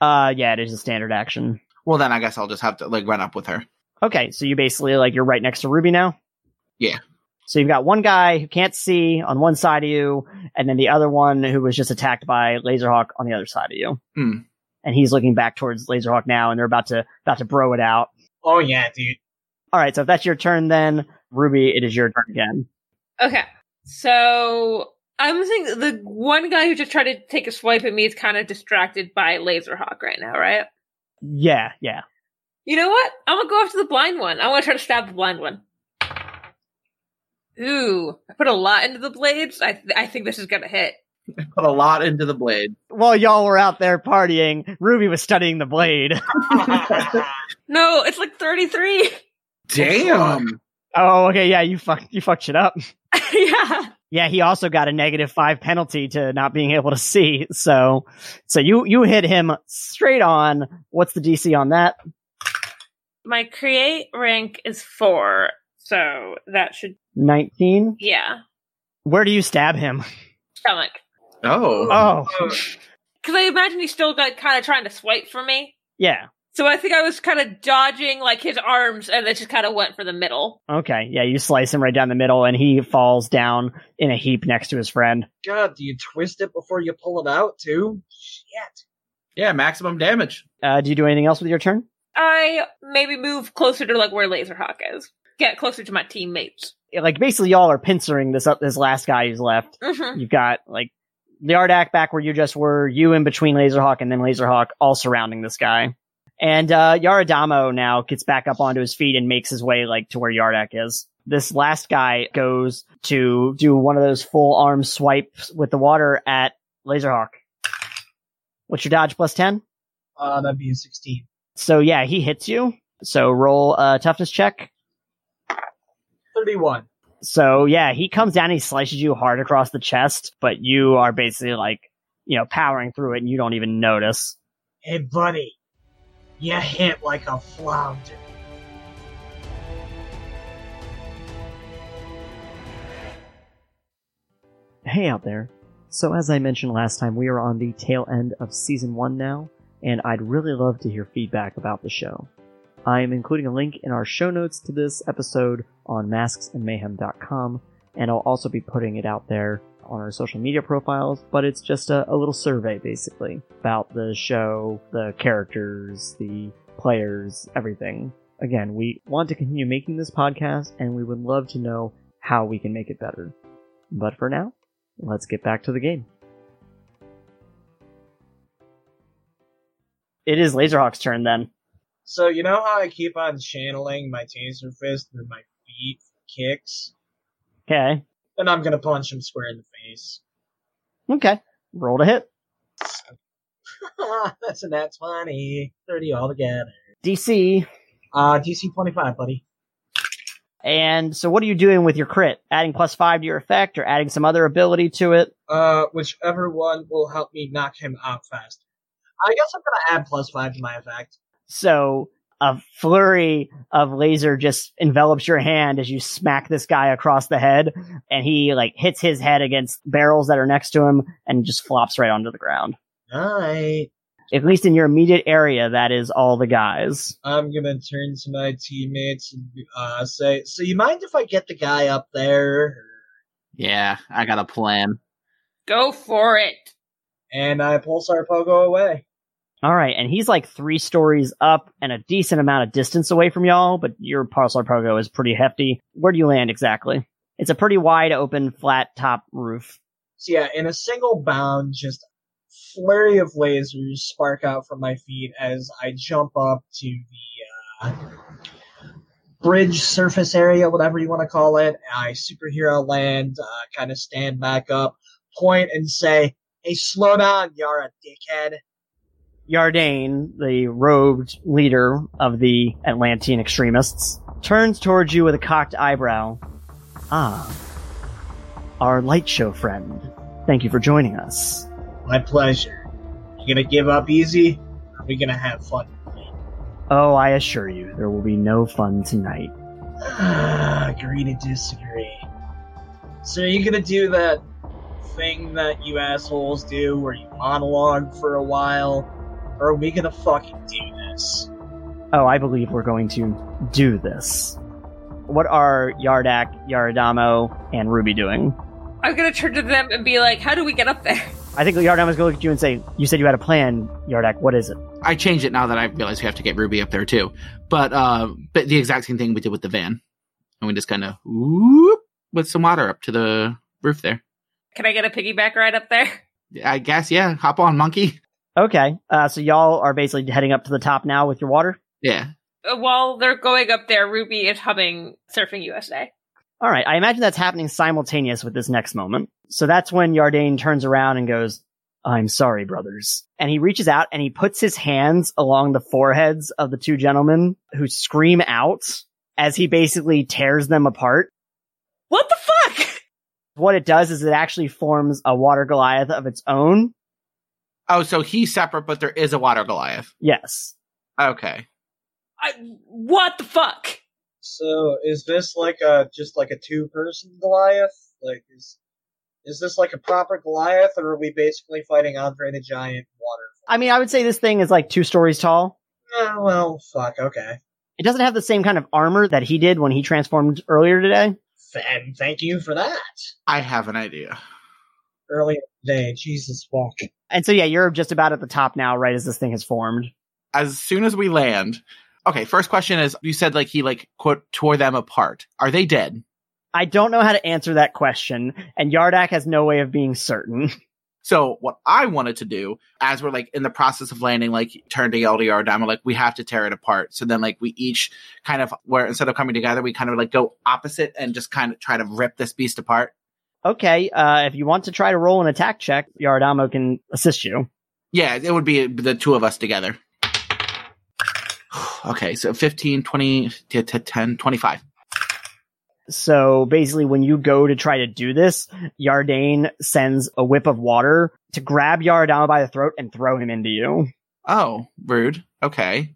Speaker 1: Uh, yeah, it is a standard action.
Speaker 6: Well, then I guess I'll just have to like run up with her.
Speaker 1: Okay, so you basically like you're right next to Ruby now.
Speaker 6: Yeah.
Speaker 1: So you've got one guy who can't see on one side of you, and then the other one who was just attacked by Laserhawk on the other side of you.
Speaker 6: Hmm.
Speaker 1: And he's looking back towards Laserhawk now, and they're about to about to bro it out.
Speaker 5: oh yeah, dude.
Speaker 1: All right, so if that's your turn, then Ruby, it is your turn again.
Speaker 4: Okay. So I'm thinking the one guy who just tried to take a swipe at me is kind of distracted by Laserhawk right now, right?
Speaker 1: Yeah, yeah.
Speaker 4: You know what? I'm gonna go after the blind one. I'm gonna try to stab the blind one. Ooh, I put a lot into the blades. I th- I think this is gonna hit.
Speaker 6: I put a lot into the blade.
Speaker 1: While y'all were out there partying, Ruby was studying the blade.
Speaker 4: No, it's like 33.
Speaker 6: Damn.
Speaker 1: Oh, okay, yeah, you fucked you fucked shit up.
Speaker 4: yeah.
Speaker 1: Yeah, he also got a negative five penalty to not being able to see. So, so you you hit him straight on. What's the DC on that?
Speaker 4: My create rank is four, so that should,
Speaker 1: Nineteen.
Speaker 4: yeah,
Speaker 1: Where do you stab him?
Speaker 4: stomach.
Speaker 6: Oh.
Speaker 1: Oh,
Speaker 4: Because I imagine he's still got, kind of trying to swipe for me.
Speaker 1: yeah.
Speaker 4: So I think I was kind of dodging like his arms, and then just kind of went for the middle.
Speaker 1: Okay, yeah. You slice him right down the middle, and he falls down in a heap next to his friend.
Speaker 5: God, do you twist it before you pull it out too? Shit.
Speaker 6: Yeah, maximum damage.
Speaker 1: Uh, do you do anything else with your turn?
Speaker 4: I maybe move closer to like where Laserhawk is. Get closer to my teammates.
Speaker 1: Like basically, y'all are pincering this up. This last guy who's left.
Speaker 4: hmm
Speaker 1: You've got like the Ardak back where you just were, you in between Laserhawk and then Laserhawk, all surrounding this guy. And uh, Yaradamo now gets back up onto his feet and makes his way like to where Yardak is. This last guy goes to do one of those full arm swipes with the water at Laserhawk. What's your dodge plus ten?
Speaker 5: Uh, that'd be a 16.
Speaker 1: So yeah, he hits you. So roll a toughness check.
Speaker 5: 31.
Speaker 1: So yeah, he comes down, he slices you hard across the chest, but you are basically like, you know, powering through it and you don't even notice.
Speaker 5: Hey, buddy. You hit like a flounder.
Speaker 1: Hey out there. So, as I mentioned last time, we are on the tail end of season one now, and I'd really love to hear feedback about the show. I am including a link in our show notes to this episode on masksandmayhem.com, and I'll also be putting it out there on our social media profiles, but it's just a, a little survey basically about the show, the characters, the players, everything. Again, we want to continue making this podcast, and we would love to know how we can make it better. But for now, let's get back to the game. It is Laserhawk's turn then.
Speaker 5: So, you know how I keep on channeling my taser fist through my feet for kicks?
Speaker 1: Okay.
Speaker 5: Then I'm gonna punch him square in the face.
Speaker 1: Okay. Roll to hit.
Speaker 5: That's a nat 20. 30 altogether.
Speaker 1: DC.
Speaker 5: Uh, DC 25, buddy.
Speaker 1: And so what are you doing with your crit? Adding plus five to your effect or adding some other ability to it?
Speaker 5: Uh, whichever one will help me knock him out faster. I guess I'm gonna add plus 5 to my effect.
Speaker 1: So a flurry of laser just envelops your hand as you smack this guy across the head and he like hits his head against barrels that are next to him and just flops right onto the ground.
Speaker 5: Alright.
Speaker 1: At least in your immediate area, that is all the guys.
Speaker 5: I'm gonna turn to my teammates and uh, say, "So you mind if I get the guy up there?"
Speaker 6: Yeah, I got a plan.
Speaker 4: Go for it.
Speaker 5: And I pulsar pogo away.
Speaker 1: All right, and he's like three stories up and a decent amount of distance away from y'all, but your parcel pogo is pretty hefty. Where do you land exactly? It's a pretty wide open, flat top roof.
Speaker 5: So yeah, in a single bound, just flurry of lasers spark out from my feet as I jump up to the uh, bridge surface area, whatever you want to call it. I superhero land, uh, kind of stand back up, point, and say, "Hey, slow down, Yara, dickhead."
Speaker 1: Yardane, the robed leader of the Atlantean extremists, turns towards you with a cocked eyebrow. Ah, our light show friend. Thank you for joining us.
Speaker 5: My pleasure. You gonna give up easy? Or are we gonna have fun?
Speaker 1: Oh, I assure you, there will be no fun tonight.
Speaker 5: Agree to disagree. So are you gonna do that thing that you assholes do where you monologue for a while? Or are we gonna fucking do this?
Speaker 1: Oh, I believe we're going to do this. What are Yardak, Yaradamo, and Ruby doing?
Speaker 4: I'm gonna turn to them and be like, "How do we get up there?"
Speaker 1: I think Yaradamo's gonna look at you and say, You said you had a plan, Yardak, what is it?
Speaker 6: I changed it now that I realize we have to get Ruby up there too. But uh but the exact same thing we did with the van. And we just kinda whoop with some water up to the roof there.
Speaker 4: Can I get a piggyback ride up there?
Speaker 6: I guess, yeah. Hop on, monkey.
Speaker 1: Okay, uh, so y'all are basically heading up to the top now with your water?
Speaker 6: Yeah.
Speaker 4: Uh, While they're going up there, Ruby is humming "Surfing USA."
Speaker 1: All right. I imagine that's happening simultaneous with this next moment. So that's when Yardane turns around and goes, I'm sorry, brothers. And he reaches out and he puts his hands along the foreheads of the two gentlemen who scream out as he basically tears them apart.
Speaker 4: What the fuck?
Speaker 1: What it does is it actually forms a water Goliath of its own.
Speaker 6: Oh, so he's separate, but there is a water Goliath.
Speaker 1: Yes.
Speaker 6: Okay.
Speaker 4: I, what the fuck?
Speaker 5: So is this like a just like a two person Goliath? Like is is this like a proper Goliath, or are we basically fighting Andre the Giant in water?
Speaker 1: I mean, I would say this thing is like two stories tall.
Speaker 5: Eh, well, fuck. Okay.
Speaker 1: It doesn't have the same kind of armor that he did when he transformed earlier today.
Speaker 5: And thank you for that.
Speaker 6: I have an idea.
Speaker 5: Earlier today, Jesus fuck.
Speaker 1: And so, yeah, you're just about at the top now, right as this thing has formed.
Speaker 6: As soon as we land, okay, first question is you said like he like quote tore them apart. Are they dead?
Speaker 1: I don't know how to answer that question, and Yardak has no way of being certain.
Speaker 6: So what I wanted to do, as we're like in the process of landing, like turn to LDR down, we're like, we have to tear it apart. So then like we each kind of where instead of coming together, we kind of like go opposite and just kind of try to rip this beast apart.
Speaker 1: Okay, uh, if you want to try to roll an attack check, Yardamo can assist you.
Speaker 6: Yeah, it would be the two of us together. okay, so 15, 20, t- t- 10, 25.
Speaker 1: So basically, when you go to try to do this, Yardane sends a whip of water to grab Yaradama by the throat and throw him into you.
Speaker 6: Oh, rude. Okay.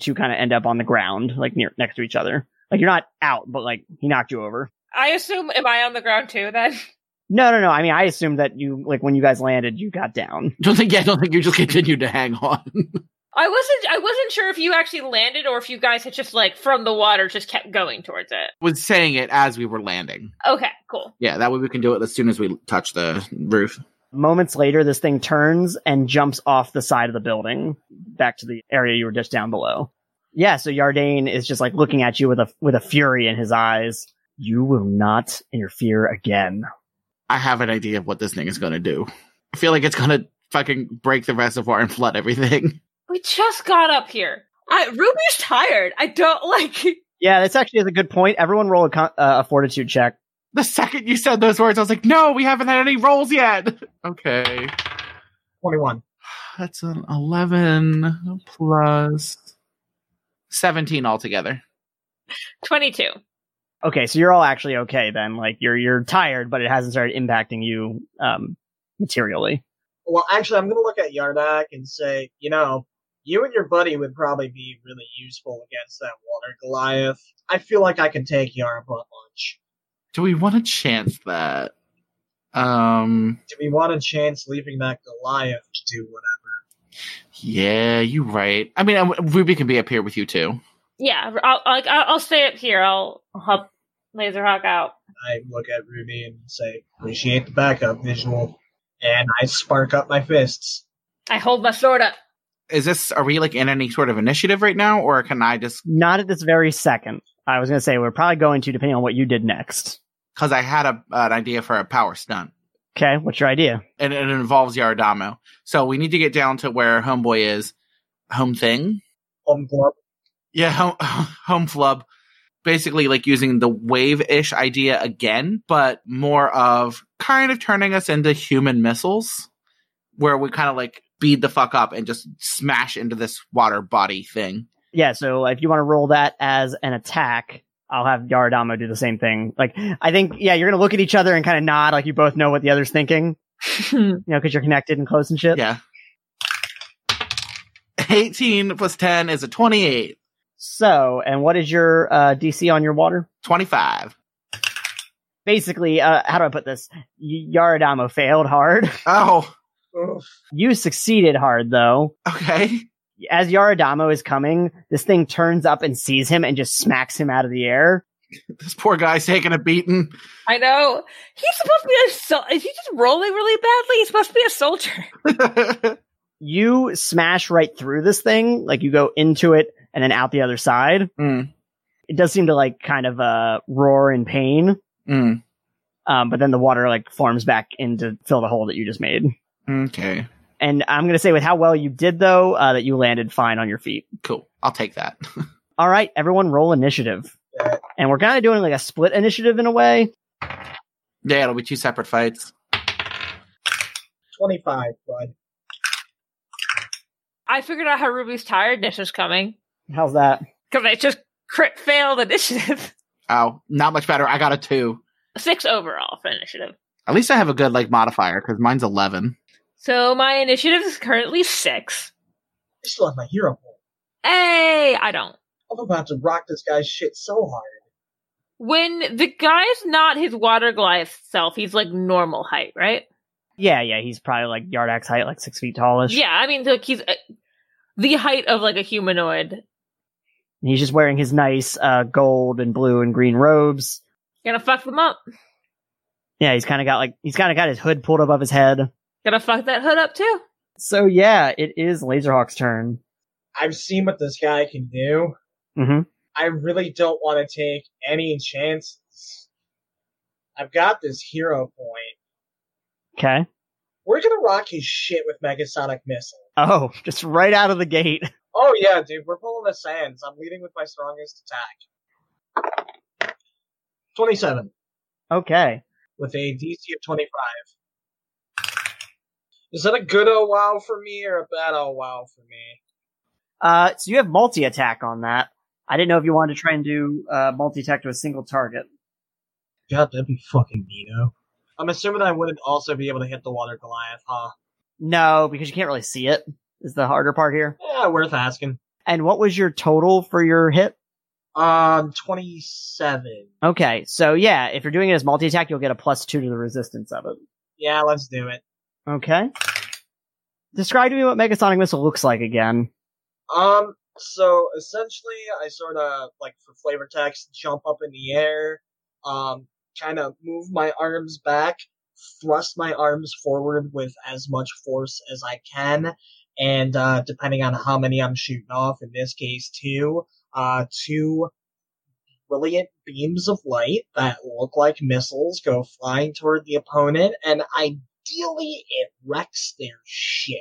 Speaker 1: To kind of end up on the ground, like near next to each other. Like you're not out, but like he knocked you over.
Speaker 4: I assume am I on the ground too then?
Speaker 1: No, no, no. I mean, I assume that you like when you guys landed, you got down.
Speaker 6: Don't think, yeah, don't think you just continued to hang on.
Speaker 4: I wasn't I wasn't sure if you actually landed or if you guys had just like from the water just kept going towards it.
Speaker 6: was saying it as we were landing.
Speaker 4: Okay, cool.
Speaker 6: Yeah, that way we can do it as soon as we touch the roof.
Speaker 1: Moments later, this thing turns and jumps off the side of the building back to the area you were just down below. Yeah, so Yardane is just like looking at you with a with a fury in his eyes. You will not interfere again.
Speaker 6: I have an idea of what this thing is going to do. I feel like it's going to fucking break the reservoir and flood everything.
Speaker 4: We just got up here. I Ruby's tired. I don't like
Speaker 1: Yeah, this actually is a good point. Everyone roll a, con- uh, a fortitude check.
Speaker 6: The second you said those words, I was like, no, we haven't had any rolls yet. Okay.
Speaker 5: Twenty one.
Speaker 6: That's an 11 plus 17 altogether.
Speaker 4: 22.
Speaker 1: Okay, so you're all actually okay then. Like you're you're tired, but it hasn't started impacting you um materially.
Speaker 5: Well, actually, I'm gonna look at Yardak and say, you know, you and your buddy would probably be really useful against that water Goliath. I feel like I can take Yara butt lunch.
Speaker 6: Do we want to chance that? Um,
Speaker 5: Do we want a chance leaving that Goliath to do whatever?
Speaker 6: yeah, you're right. I mean, I, Ruby can be up here with you too.
Speaker 4: Yeah, I'll, I'll I'll stay up here. I'll I'll help Laserhawk out.
Speaker 5: I look at Ruby and say, appreciate the backup visual. And I spark up my fists.
Speaker 4: I hold my sword up.
Speaker 6: Is this, are we like in any sort of initiative right now, or can I just,
Speaker 1: Not at this very second. I was gonna say we're probably going to depending on what you did next.
Speaker 6: because I had a, an idea for a power stunt.
Speaker 1: Okay, what's your idea?
Speaker 6: and it involves Yaradamo. So we need to get down to where Homeboy is. Home thing?
Speaker 5: Um, glor-
Speaker 6: Yeah, home, home flub. Basically, like using the wave ish idea again, but more of kind of turning us into human missiles where we kind of like bead the fuck up and just smash into this water body thing.
Speaker 1: Yeah, so if you want to roll that as an attack, I'll have Yaradamo do the same thing. Like I think yeah, you're gonna look at each other and kind of nod like you both know what the other's thinking, you know, because you're connected and close and shit.
Speaker 6: Yeah. 18 plus 10 is a 28.
Speaker 1: So, and what is your uh, DC on your water?
Speaker 6: 25.
Speaker 1: basically, uh, how do I put this? Y- Yaradamo failed hard.
Speaker 6: Oh,
Speaker 5: Oof.
Speaker 1: You succeeded hard, though.
Speaker 6: okay.
Speaker 1: As Yaradamo is coming, this thing turns up and sees him and just smacks him out of the air.
Speaker 6: This poor guy's taking a beating.
Speaker 4: I know he's supposed to be a sol- is he just rolling really badly? He's supposed to be a soldier.
Speaker 6: Mm,
Speaker 1: You smash right through this thing, like you go into it and then out the other side.
Speaker 6: Mm,
Speaker 1: It does seem to like kind of uh, roar in pain,
Speaker 6: mm,
Speaker 1: um, but then the water like forms back in to fill the hole that you just made.
Speaker 6: okay,
Speaker 1: And I'm gonna say with how well you did though, uh, that you landed fine on your feet.
Speaker 6: cool. I'll take that.
Speaker 1: All right, everyone, roll initiative.
Speaker 5: that.
Speaker 1: and we're kind of doing like a split initiative in a way.
Speaker 6: Yeah, it'll be two separate fights.
Speaker 5: 25, bud.
Speaker 4: I figured out how Ruby's tiredness is coming
Speaker 1: How's that?
Speaker 4: because I just crit failed initiative.
Speaker 6: Oh, not much better. I got a two.
Speaker 4: Six overall for initiative.
Speaker 6: At least I have a good like modifier because mine's eleven.
Speaker 4: So my initiative is currently six.
Speaker 5: I still have my hero pool.
Speaker 4: Hey, I don't.
Speaker 5: I'm about to rock this guy's shit so hard.
Speaker 4: When the guy's not his water Goliath self, he's like normal height, right?
Speaker 1: Yeah, yeah, he's probably like Yardak's height, like six feet tallish.
Speaker 4: Yeah, I mean, like he's uh, the height of like a humanoid.
Speaker 1: And he's just wearing his nice uh, gold and blue and green robes.
Speaker 4: Gonna fuck them up.
Speaker 1: Yeah, he's kind of got like he's kind of got his hood pulled above his head.
Speaker 4: Gonna fuck that hood up too.
Speaker 1: So yeah, it is Laserhawk's turn.
Speaker 5: I've seen what this guy can do.
Speaker 1: hmm
Speaker 5: I really don't want to take any chances. I've got this hero point.
Speaker 1: Okay.
Speaker 5: We're gonna rock his shit with Megasonic Missile.
Speaker 1: Oh, just right out of the gate.
Speaker 5: Oh yeah, dude, we're pulling the sands. I'm leading with my strongest attack. Twenty-seven
Speaker 1: Okay.
Speaker 5: with a DC of twenty-five. Is that a good oh wow for me or a bad oh wow for me?
Speaker 1: Uh, so you have multi attack on that. I didn't know if you wanted to try and do uh, multi attack to a single target.
Speaker 5: God, that'd be fucking neato. I'm assuming I wouldn't also be able to hit the water Goliath, huh?
Speaker 1: No, because you can't really see it. Is the harder part here?
Speaker 5: Yeah, worth asking.
Speaker 1: And what was your total for your hit?
Speaker 5: Um, twenty-seven.
Speaker 1: Okay, so yeah, if you're doing it as multi attack, you'll get a plus two to the resistance of it.
Speaker 5: Yeah, let's do it.
Speaker 1: Okay. Describe to me what Megasonic Missile looks like again.
Speaker 5: Um, so essentially, I sort of like for flavor text, jump up in the air, um, kind of move my arms back, thrust my arms forward with as much force as I can, and uh, depending on how many I'm shooting off, in this case, two, uh, two brilliant beams of light that look like missiles go flying toward the opponent, and ideally, it wrecks their shit.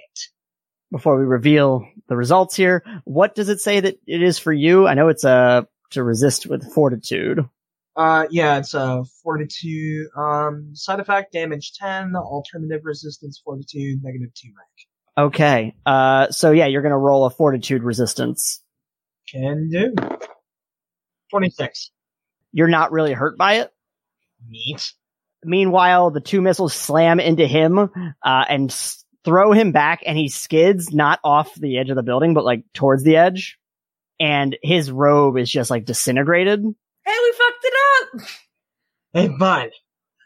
Speaker 1: Before we reveal the results here, what does it say that it is for you? I know it's uh, to resist with fortitude.
Speaker 5: Uh, yeah, it's a fortitude, um, side effect, damage 10, alternative resistance, fortitude, negative 2 rank.
Speaker 1: Okay, uh, so yeah, you're gonna roll a fortitude resistance.
Speaker 5: Can do. 26.
Speaker 1: You're not really hurt by it.
Speaker 5: Neat.
Speaker 1: Meanwhile, the two missiles slam into him uh, and s- throw him back, and he skids not off the edge of the building, but like towards the edge. And his robe is just like disintegrated.
Speaker 4: Hey, we fucked it up.
Speaker 5: Hey, bud,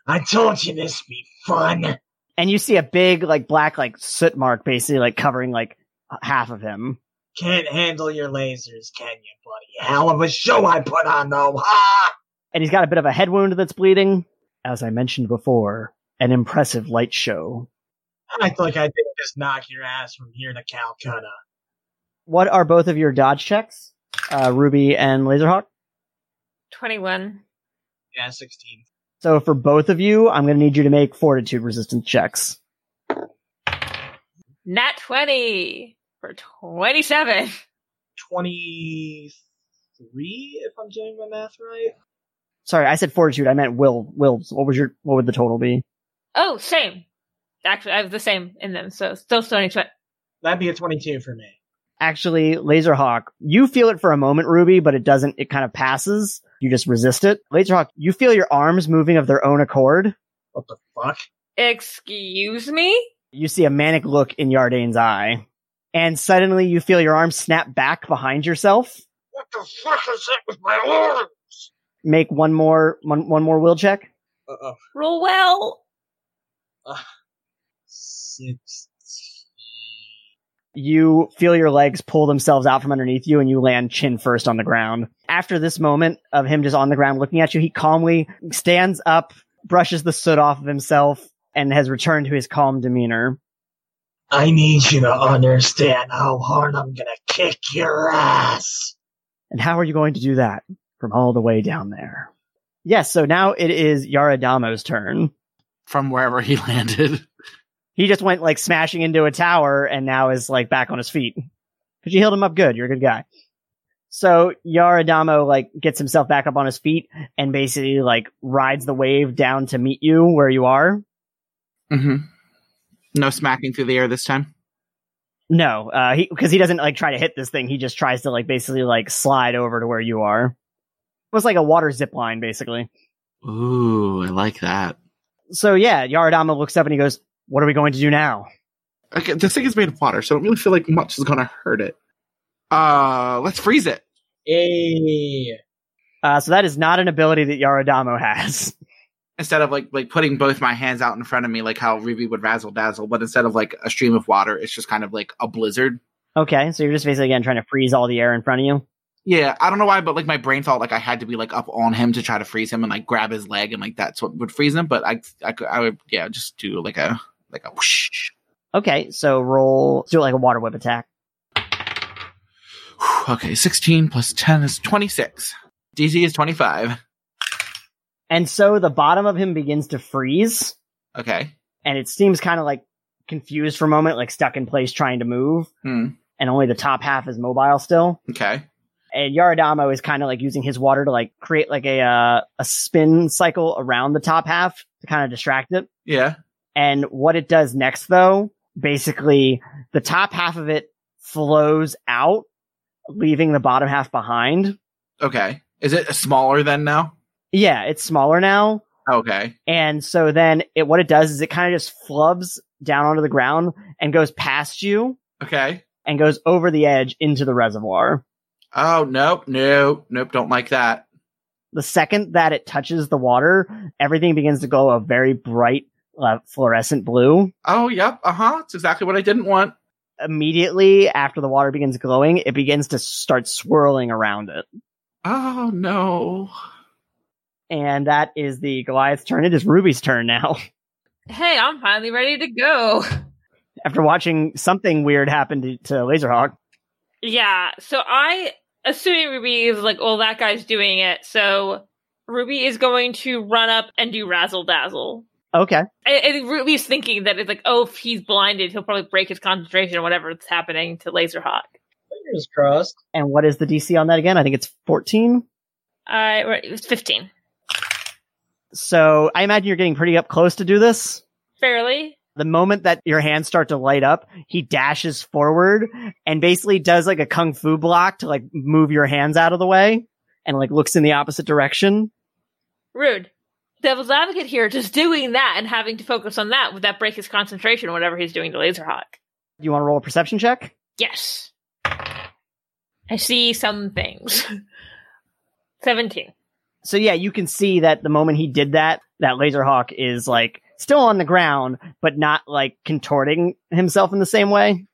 Speaker 5: I told you this would be fun.
Speaker 1: And you see a big like black like soot mark basically like covering like half of him.
Speaker 5: Can't handle your lasers, can you, buddy? Hell of a show I put on, though, ha!
Speaker 1: And he's got a bit of a head wound that's bleeding. As I mentioned before, an impressive light show.
Speaker 5: I think I did just knock your ass from here to Calcutta.
Speaker 1: What are both of your dodge checks? Uh, Ruby and Laserhawk?
Speaker 4: Twenty-one.
Speaker 5: Yeah, 16.
Speaker 1: So for both of you, I'm going to need you to make fortitude resistance checks.
Speaker 4: Nat twenty for twenty-seven.
Speaker 5: 23, if I'm doing my math right?
Speaker 1: Sorry, I said fortitude. I meant will. Wills. What was your? What would the total be?
Speaker 4: Oh, same. Actually, I have the same in them, so still twenty-two.
Speaker 5: That'd be a 22 for me.
Speaker 1: Actually, Laserhawk, you feel it for a moment, Ruby, but it doesn't. It kind of passes. You just resist it. Laserhawk, you feel your arms moving of their own accord.
Speaker 5: What the fuck?
Speaker 4: Excuse me.
Speaker 1: You see a manic look in Yardane's eye, and suddenly you feel your arms snap back behind yourself.
Speaker 5: What the fuck is that with my arm?
Speaker 1: Make one more one, one more will check.
Speaker 5: Uh oh.
Speaker 4: Roll well.
Speaker 5: Six.
Speaker 1: you feel your legs pull themselves out from underneath you and you land chin first on the ground. After this moment of him just on the ground looking at you, he calmly stands up, brushes the soot off of himself, and has returned to his calm demeanor.
Speaker 5: I need you to understand how hard I'm gonna kick your ass.
Speaker 1: And how are you going to do that from all the way down there? Yes, so now it is Yaradamo's turn.
Speaker 6: From wherever he landed.
Speaker 1: He just went like smashing into a tower and now is like back on his feet. Because you healed him up good. You're a good guy. So Yaradamo like gets himself back up on his feet and basically like rides the wave down to meet you where you are.
Speaker 6: hmm No smacking through the air this time.
Speaker 1: No, uh, he because he doesn't like try to hit this thing. He just tries to like basically like slide over to where you are. It was like a water zip line basically.
Speaker 6: Ooh, I like that.
Speaker 1: So yeah, Yaradama looks up and he goes, "What are we going to do now?"
Speaker 6: Okay, this thing is made of water, so I don't really feel like much is gonna hurt it. Uh, let's freeze it.
Speaker 5: Hey,
Speaker 1: Uh, so that is not an ability that Yaradamo has.
Speaker 6: Instead of like like putting both my hands out in front of me, like how Ruby would razzle dazzle, but instead of like a stream of water, it's just kind of like a blizzard.
Speaker 1: okay, so you're just basically again trying to freeze all the air in front of you.
Speaker 6: Yeah, I don't know why, but like my brain thought like I had to be like up on him to try to freeze him and like grab his leg and like that's what would freeze him. But I I, could, I would yeah just do like a like a whoosh.
Speaker 1: Okay, so roll do like a water whip attack.
Speaker 6: Whew, okay, sixteen plus ten is twenty six. DC is twenty five.
Speaker 1: And so the bottom of him begins to freeze,
Speaker 6: Okay.
Speaker 1: and it seems kind of like confused for a moment, like stuck in place trying to move,
Speaker 6: Hmm.
Speaker 1: and only the top half is mobile still.
Speaker 6: Okay.
Speaker 1: And Yaradamo is kind of like using his water to like create like a uh, a spin cycle around the top half to kind of distract it.
Speaker 6: Yeah.
Speaker 1: And what it does next, though, basically the top half of it flows out, leaving the bottom half behind.
Speaker 6: Okay. Is it smaller than now?
Speaker 1: Yeah, it's smaller now.
Speaker 6: Okay.
Speaker 1: And so then it, what it does is it kind of just flubs down onto the ground and goes past you
Speaker 6: Okay.
Speaker 1: and goes over the edge into the reservoir.
Speaker 6: Oh nope, nope, nope. Don't like that.
Speaker 1: The second that it touches the water, everything begins to go a very bright uh, fluorescent blue.
Speaker 6: Oh yep. Uh huh. It's exactly what I didn't want.
Speaker 1: Immediately after the water begins glowing, it begins to start swirling around it.
Speaker 6: Oh no.
Speaker 1: and that is the Goliath's turn. It is Ruby's turn now.
Speaker 4: Hey, I'm finally ready to go.
Speaker 1: After watching something weird happen to, to Laserhawk,
Speaker 4: Yeah, so I assuming Ruby is like, well, that guy's doing it, so Ruby is going to run up and do razzle dazzle.
Speaker 1: okay,
Speaker 4: I, I think Ruby's thinking that it's like, oh, if he's blinded, he'll probably break his concentration or whatever that's happening to Laserhawk.
Speaker 5: fingers crossed.
Speaker 1: and what is the DC on that again? I think it's fourteen.
Speaker 4: I or it was fifteen,
Speaker 1: So I imagine you're getting pretty up close to do this.
Speaker 4: fairly.
Speaker 1: The moment that your hands start to light up, he dashes forward and basically does like a kung fu block to like move your hands out of the way and like looks in the opposite direction.
Speaker 4: Rude. Devil's advocate here, just doing that and having to focus on that would that break his concentration or whatever he's doing to Laserhawk?
Speaker 1: Do you want to roll a perception check?
Speaker 4: Yes. I see some things. Seventeen.
Speaker 1: So yeah, you can see that the moment he did that, that Laserhawk is like still on the ground, but not like contorting himself in the same way.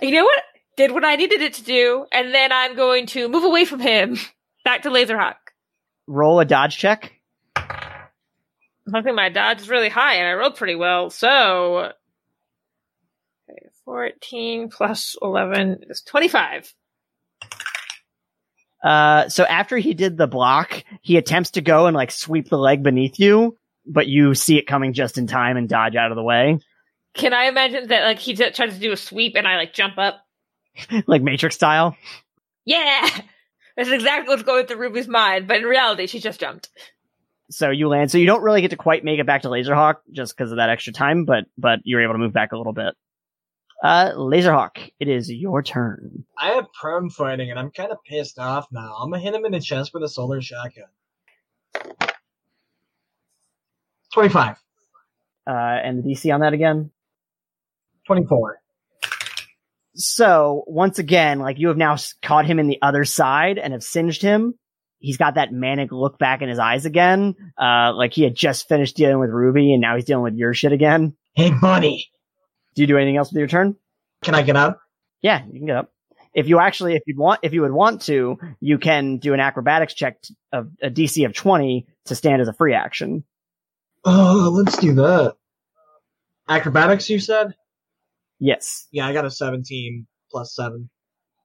Speaker 4: You know what? Did what I needed it to do, and then I'm going to move away from him. Back to Laserhawk.
Speaker 1: Roll a dodge check.
Speaker 4: I think my dodge is really high, and I rolled pretty well, so. Okay, 14 plus 11 is 25.
Speaker 1: Uh, so after he did the block, he attempts to go and like sweep the leg beneath you, but you see it coming just in time and dodge out of the way,
Speaker 4: Can I imagine that, like, he t- tries to do a sweep and I, like, jump up?
Speaker 1: like Matrix style.
Speaker 4: Yeah! That's exactly what's going through Ruby's mind, but in reality, she just jumped.
Speaker 1: So you land. So you don't really get to quite make it back to Laserhawk just because of that extra time, but but you're able to move back a little bit. Uh, Laserhawk, it is your turn.
Speaker 5: I have perm fighting, and I'm kind of pissed off now. I'm gonna hit him in the chest with a solar shotgun. Twenty-five.
Speaker 1: Uh, and the DC on that again.
Speaker 5: 24.
Speaker 1: so once again, like you have now s- caught him in the other side and have singed him. He's got that manic look back in his eyes again. Uh, like he had just finished dealing with Ruby and now he's dealing with your shit again.
Speaker 5: Hey, buddy,
Speaker 1: Do you do anything else with your turn?
Speaker 5: can I get up?
Speaker 1: Yeah, you can get up. If you actually, if you want, if you would want to, you can do an acrobatics check t- of a DC of 20 to stand as a free action.
Speaker 5: Oh, let's do that. Acrobatics, you said?
Speaker 1: Yes.
Speaker 5: Yeah, I got a 17 plus 7.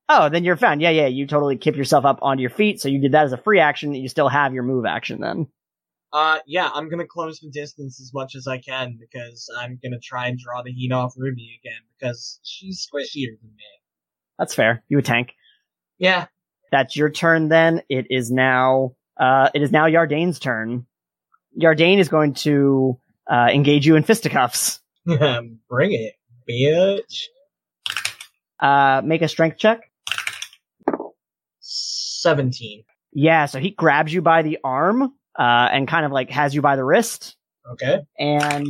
Speaker 1: Oh, then you're fine. Yeah, yeah. You totally kip yourself up onto your feet. So you did that as a free action. You still have your move action then.
Speaker 5: Uh, yeah, I'm gonna close the distance as much as I can because I'm gonna try and draw the heat off Ruby again because she's squishier than me.
Speaker 1: That's fair. You a tank.
Speaker 5: Yeah,
Speaker 1: That's your turn then. It is now, uh, it is now Yardane's turn. Yardane is going to, uh, engage you in fisticuffs.
Speaker 5: Um, Bring it, bitch.
Speaker 1: Uh, make a strength check.
Speaker 5: 17.
Speaker 1: Yeah, so he grabs you by the arm, uh, and kind of like has you by the wrist.
Speaker 5: Okay.
Speaker 1: and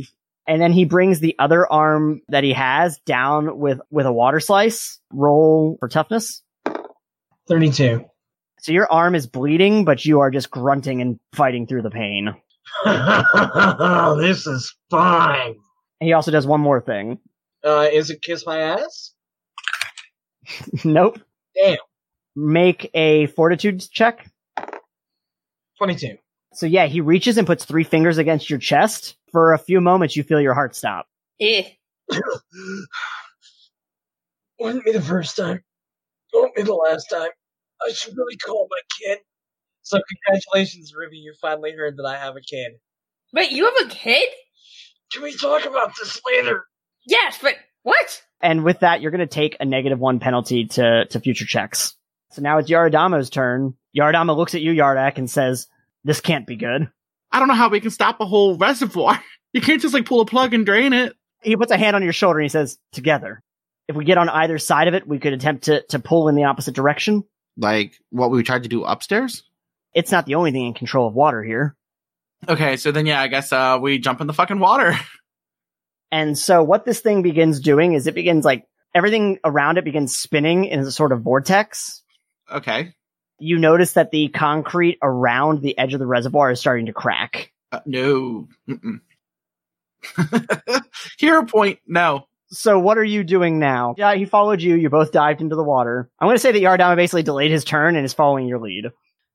Speaker 1: and then he brings the other arm that he has down with with a water slice roll for toughness
Speaker 5: 32.
Speaker 1: so your arm is bleeding but you are just grunting and fighting through the pain
Speaker 5: this is fine.
Speaker 1: he also does one more thing
Speaker 5: Uh, is it kiss my ass?
Speaker 1: nope
Speaker 5: Damn.
Speaker 1: make a fortitude check
Speaker 5: 22.
Speaker 1: so yeah he reaches and puts three fingers against your chest for a few moments you feel your heart stop
Speaker 4: Eh.
Speaker 7: Wouldn't be the first time. Won't be the last time. I should really call my kid.
Speaker 5: So congratulations, Ruby. You finally heard that I have a kid.
Speaker 4: Wait, you have a kid?
Speaker 7: Can we talk about this later?
Speaker 4: Yes, but what?
Speaker 1: and with that you're going to take a negative one penalty to to future checks so now it's yaradamo's turn yaradama looks at you yardak and says this can't be good
Speaker 6: I don't know how we can stop a whole reservoir. You can't just like pull a plug and drain it.
Speaker 1: he puts a hand on your shoulder and he says, "Together, if we get on either side of it, we could attempt to to pull in the opposite direction.
Speaker 6: Like what we tried to do upstairs.
Speaker 1: It's not the only thing in control of water here."
Speaker 6: Okay, so then yeah, I guess uh we jump in the fucking water.
Speaker 1: And so, what this thing begins doing is it begins like everything around it begins spinning in a sort of vortex.
Speaker 6: Okay.
Speaker 1: You notice that the concrete around the edge of the reservoir is starting to crack.
Speaker 6: Uh, no. Mm-mm. Hero point. No.
Speaker 1: So, what are you doing now? Yeah, he followed you. You both dived into the water. I'm going to say that Yardama basically delayed his turn and is following your lead.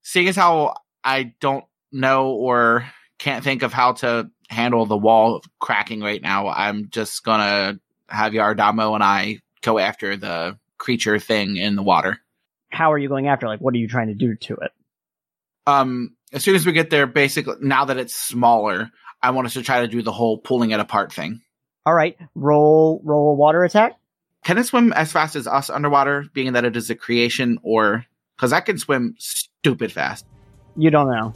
Speaker 6: Seeing as how I don't know or can't think of how to handle the wall cracking right now, I'm just gonna have Yardamo and I go after the creature thing in the water.
Speaker 1: How are you going after? Like, what are you trying to do to it?
Speaker 6: um as soon as we get there basically now that it's smaller i want us to try to do the whole pulling it apart thing
Speaker 1: All right, roll roll a water attack.
Speaker 6: can it swim as fast as us underwater being that it is a creation or because i can swim stupid fast
Speaker 1: You don't know.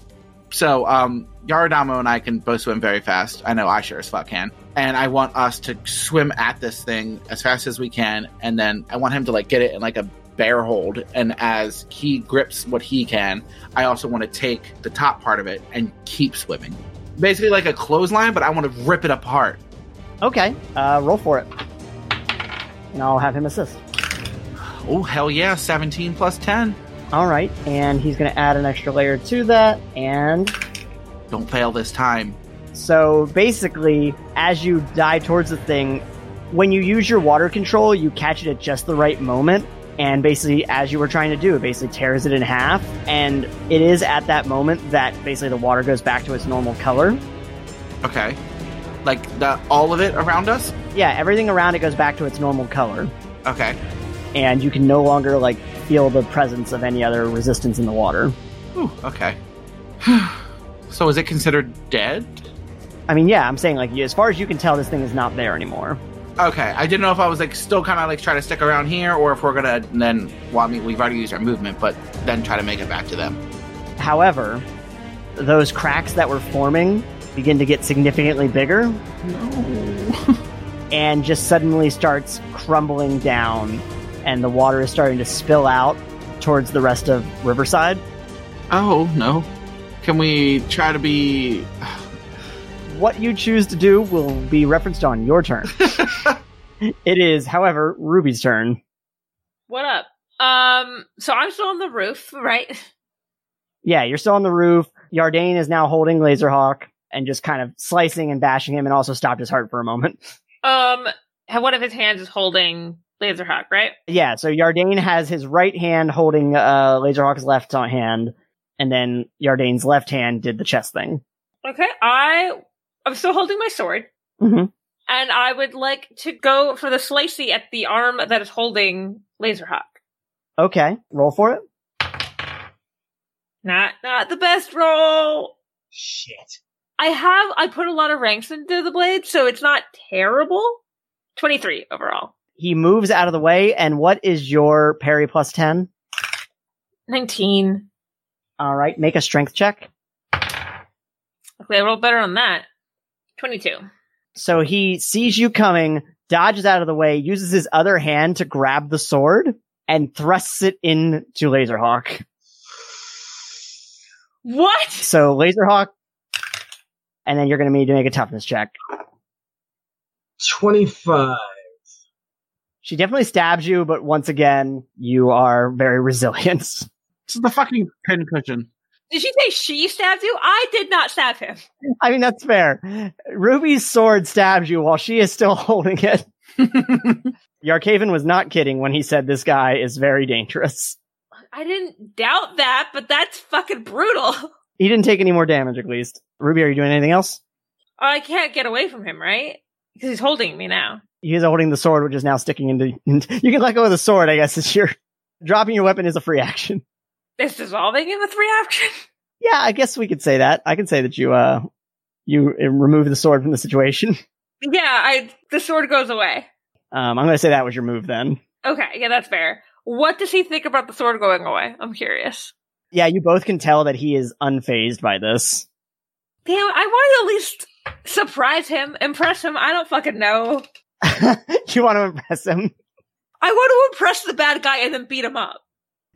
Speaker 6: so um yaradamo and i can both swim very fast i know i sure as fuck can and i want us to swim at this thing as fast as we can and then i want him to like get it in like a bear hold and as he grips what he can i also want to take the top part of it and keep swimming basically like a clothesline but i want to rip it apart
Speaker 1: Okay, uh, roll for it, and I'll have him assist.
Speaker 6: oh hell yeah 17 plus 10
Speaker 1: All right, and he's going to add an extra layer to that, and
Speaker 6: don't fail this time
Speaker 1: so basically, as you dive towards the thing, when you use your water control, you catch it at just the right moment. And basically, as you were trying to do, it basically tears it in half. And it is at that moment that basically the water goes back to its normal color.
Speaker 6: okay like the all of it around us
Speaker 1: Yeah, everything around it goes back to its normal color.
Speaker 6: okay
Speaker 1: and you can no longer like feel the presence of any other resistance in the water.
Speaker 6: Ooh, okay so is it considered dead
Speaker 1: I mean, yeah, I'm saying like as far as you can tell, this thing is not there anymore.
Speaker 6: Okay, I didn't know if I was like still kind of like trying to stick around here, or if we're gonna then. Well, I mean, we've already used our movement, but then try to make it back to them.
Speaker 1: However, those cracks that were forming begin to get significantly bigger and just suddenly starts crumbling down, and the water is starting to spill out towards the rest of Riverside.
Speaker 6: Oh no! Can we try to be?
Speaker 1: What you choose to do will be referenced on your turn. it is, however, Ruby's turn.
Speaker 4: What up? Um, so I'm still on the roof, right?
Speaker 1: yeah, you're still on the roof. Yardane is now holding Laserhawk and just kind of slicing and bashing him and also stopped his heart for a moment.
Speaker 4: Um, and one of his hands is holding Laserhawk, right?
Speaker 1: Yeah, so Yardane has his right hand holding uh, Laserhawk's left hand, and then Yardane's left hand did the chest thing.
Speaker 4: Okay, I I'm still holding my sword,
Speaker 1: Mhm.
Speaker 4: and I would like to go for the slicey at the arm that is holding Laserhawk.
Speaker 1: Okay, roll for it.
Speaker 4: Not not the best roll.
Speaker 5: Shit.
Speaker 4: I have I put a lot of ranks into the blade, so it's not terrible. Twenty three overall.
Speaker 1: He moves out of the way, and what is your parry plus 10?
Speaker 4: 19.
Speaker 1: All right, make a strength check.
Speaker 4: Okay, I rolled better on that. 22.
Speaker 1: So he sees you coming, dodges out of the way, uses his other hand to grab the sword, and thrusts it into Laserhawk.
Speaker 4: What?
Speaker 1: So Laserhawk, and then you're going to need to make a toughness check.
Speaker 5: 25.
Speaker 1: She definitely stabs you, but once again, you are very resilient.
Speaker 6: This is the fucking pincushion.
Speaker 4: Did she say she stabbed you? I did not stab him.
Speaker 1: I mean, that's fair. Ruby's sword stabs you while she is still holding it. Yarkaven was not kidding when he said this guy is very dangerous.
Speaker 4: I didn't doubt that, but that's fucking brutal. Oh,
Speaker 1: He didn't take any more damage, at least. Ruby, are you doing anything else?
Speaker 4: I can't get away from him, right? Because he's holding me now.
Speaker 1: He is holding the sword, which is now sticking into. You can let go of the sword, I guess. It's your dropping your weapon is a free action.
Speaker 4: Is dissolving him a three action?
Speaker 1: Yeah, I guess we could say that. I can say that you uh you uh, remove the sword from the situation.
Speaker 4: Yeah, I the sword goes away.
Speaker 1: Um, I'm going to say that was your move then.
Speaker 4: Okay, yeah, that's fair. What does he think about the sword going away? I'm curious.
Speaker 1: Yeah, you both can tell that he is unfazed by this.
Speaker 4: Damn, I wanted to at least surprise him, impress him. I don't fucking know.
Speaker 1: you want to impress him.
Speaker 4: I want to impress the bad guy and then beat him up.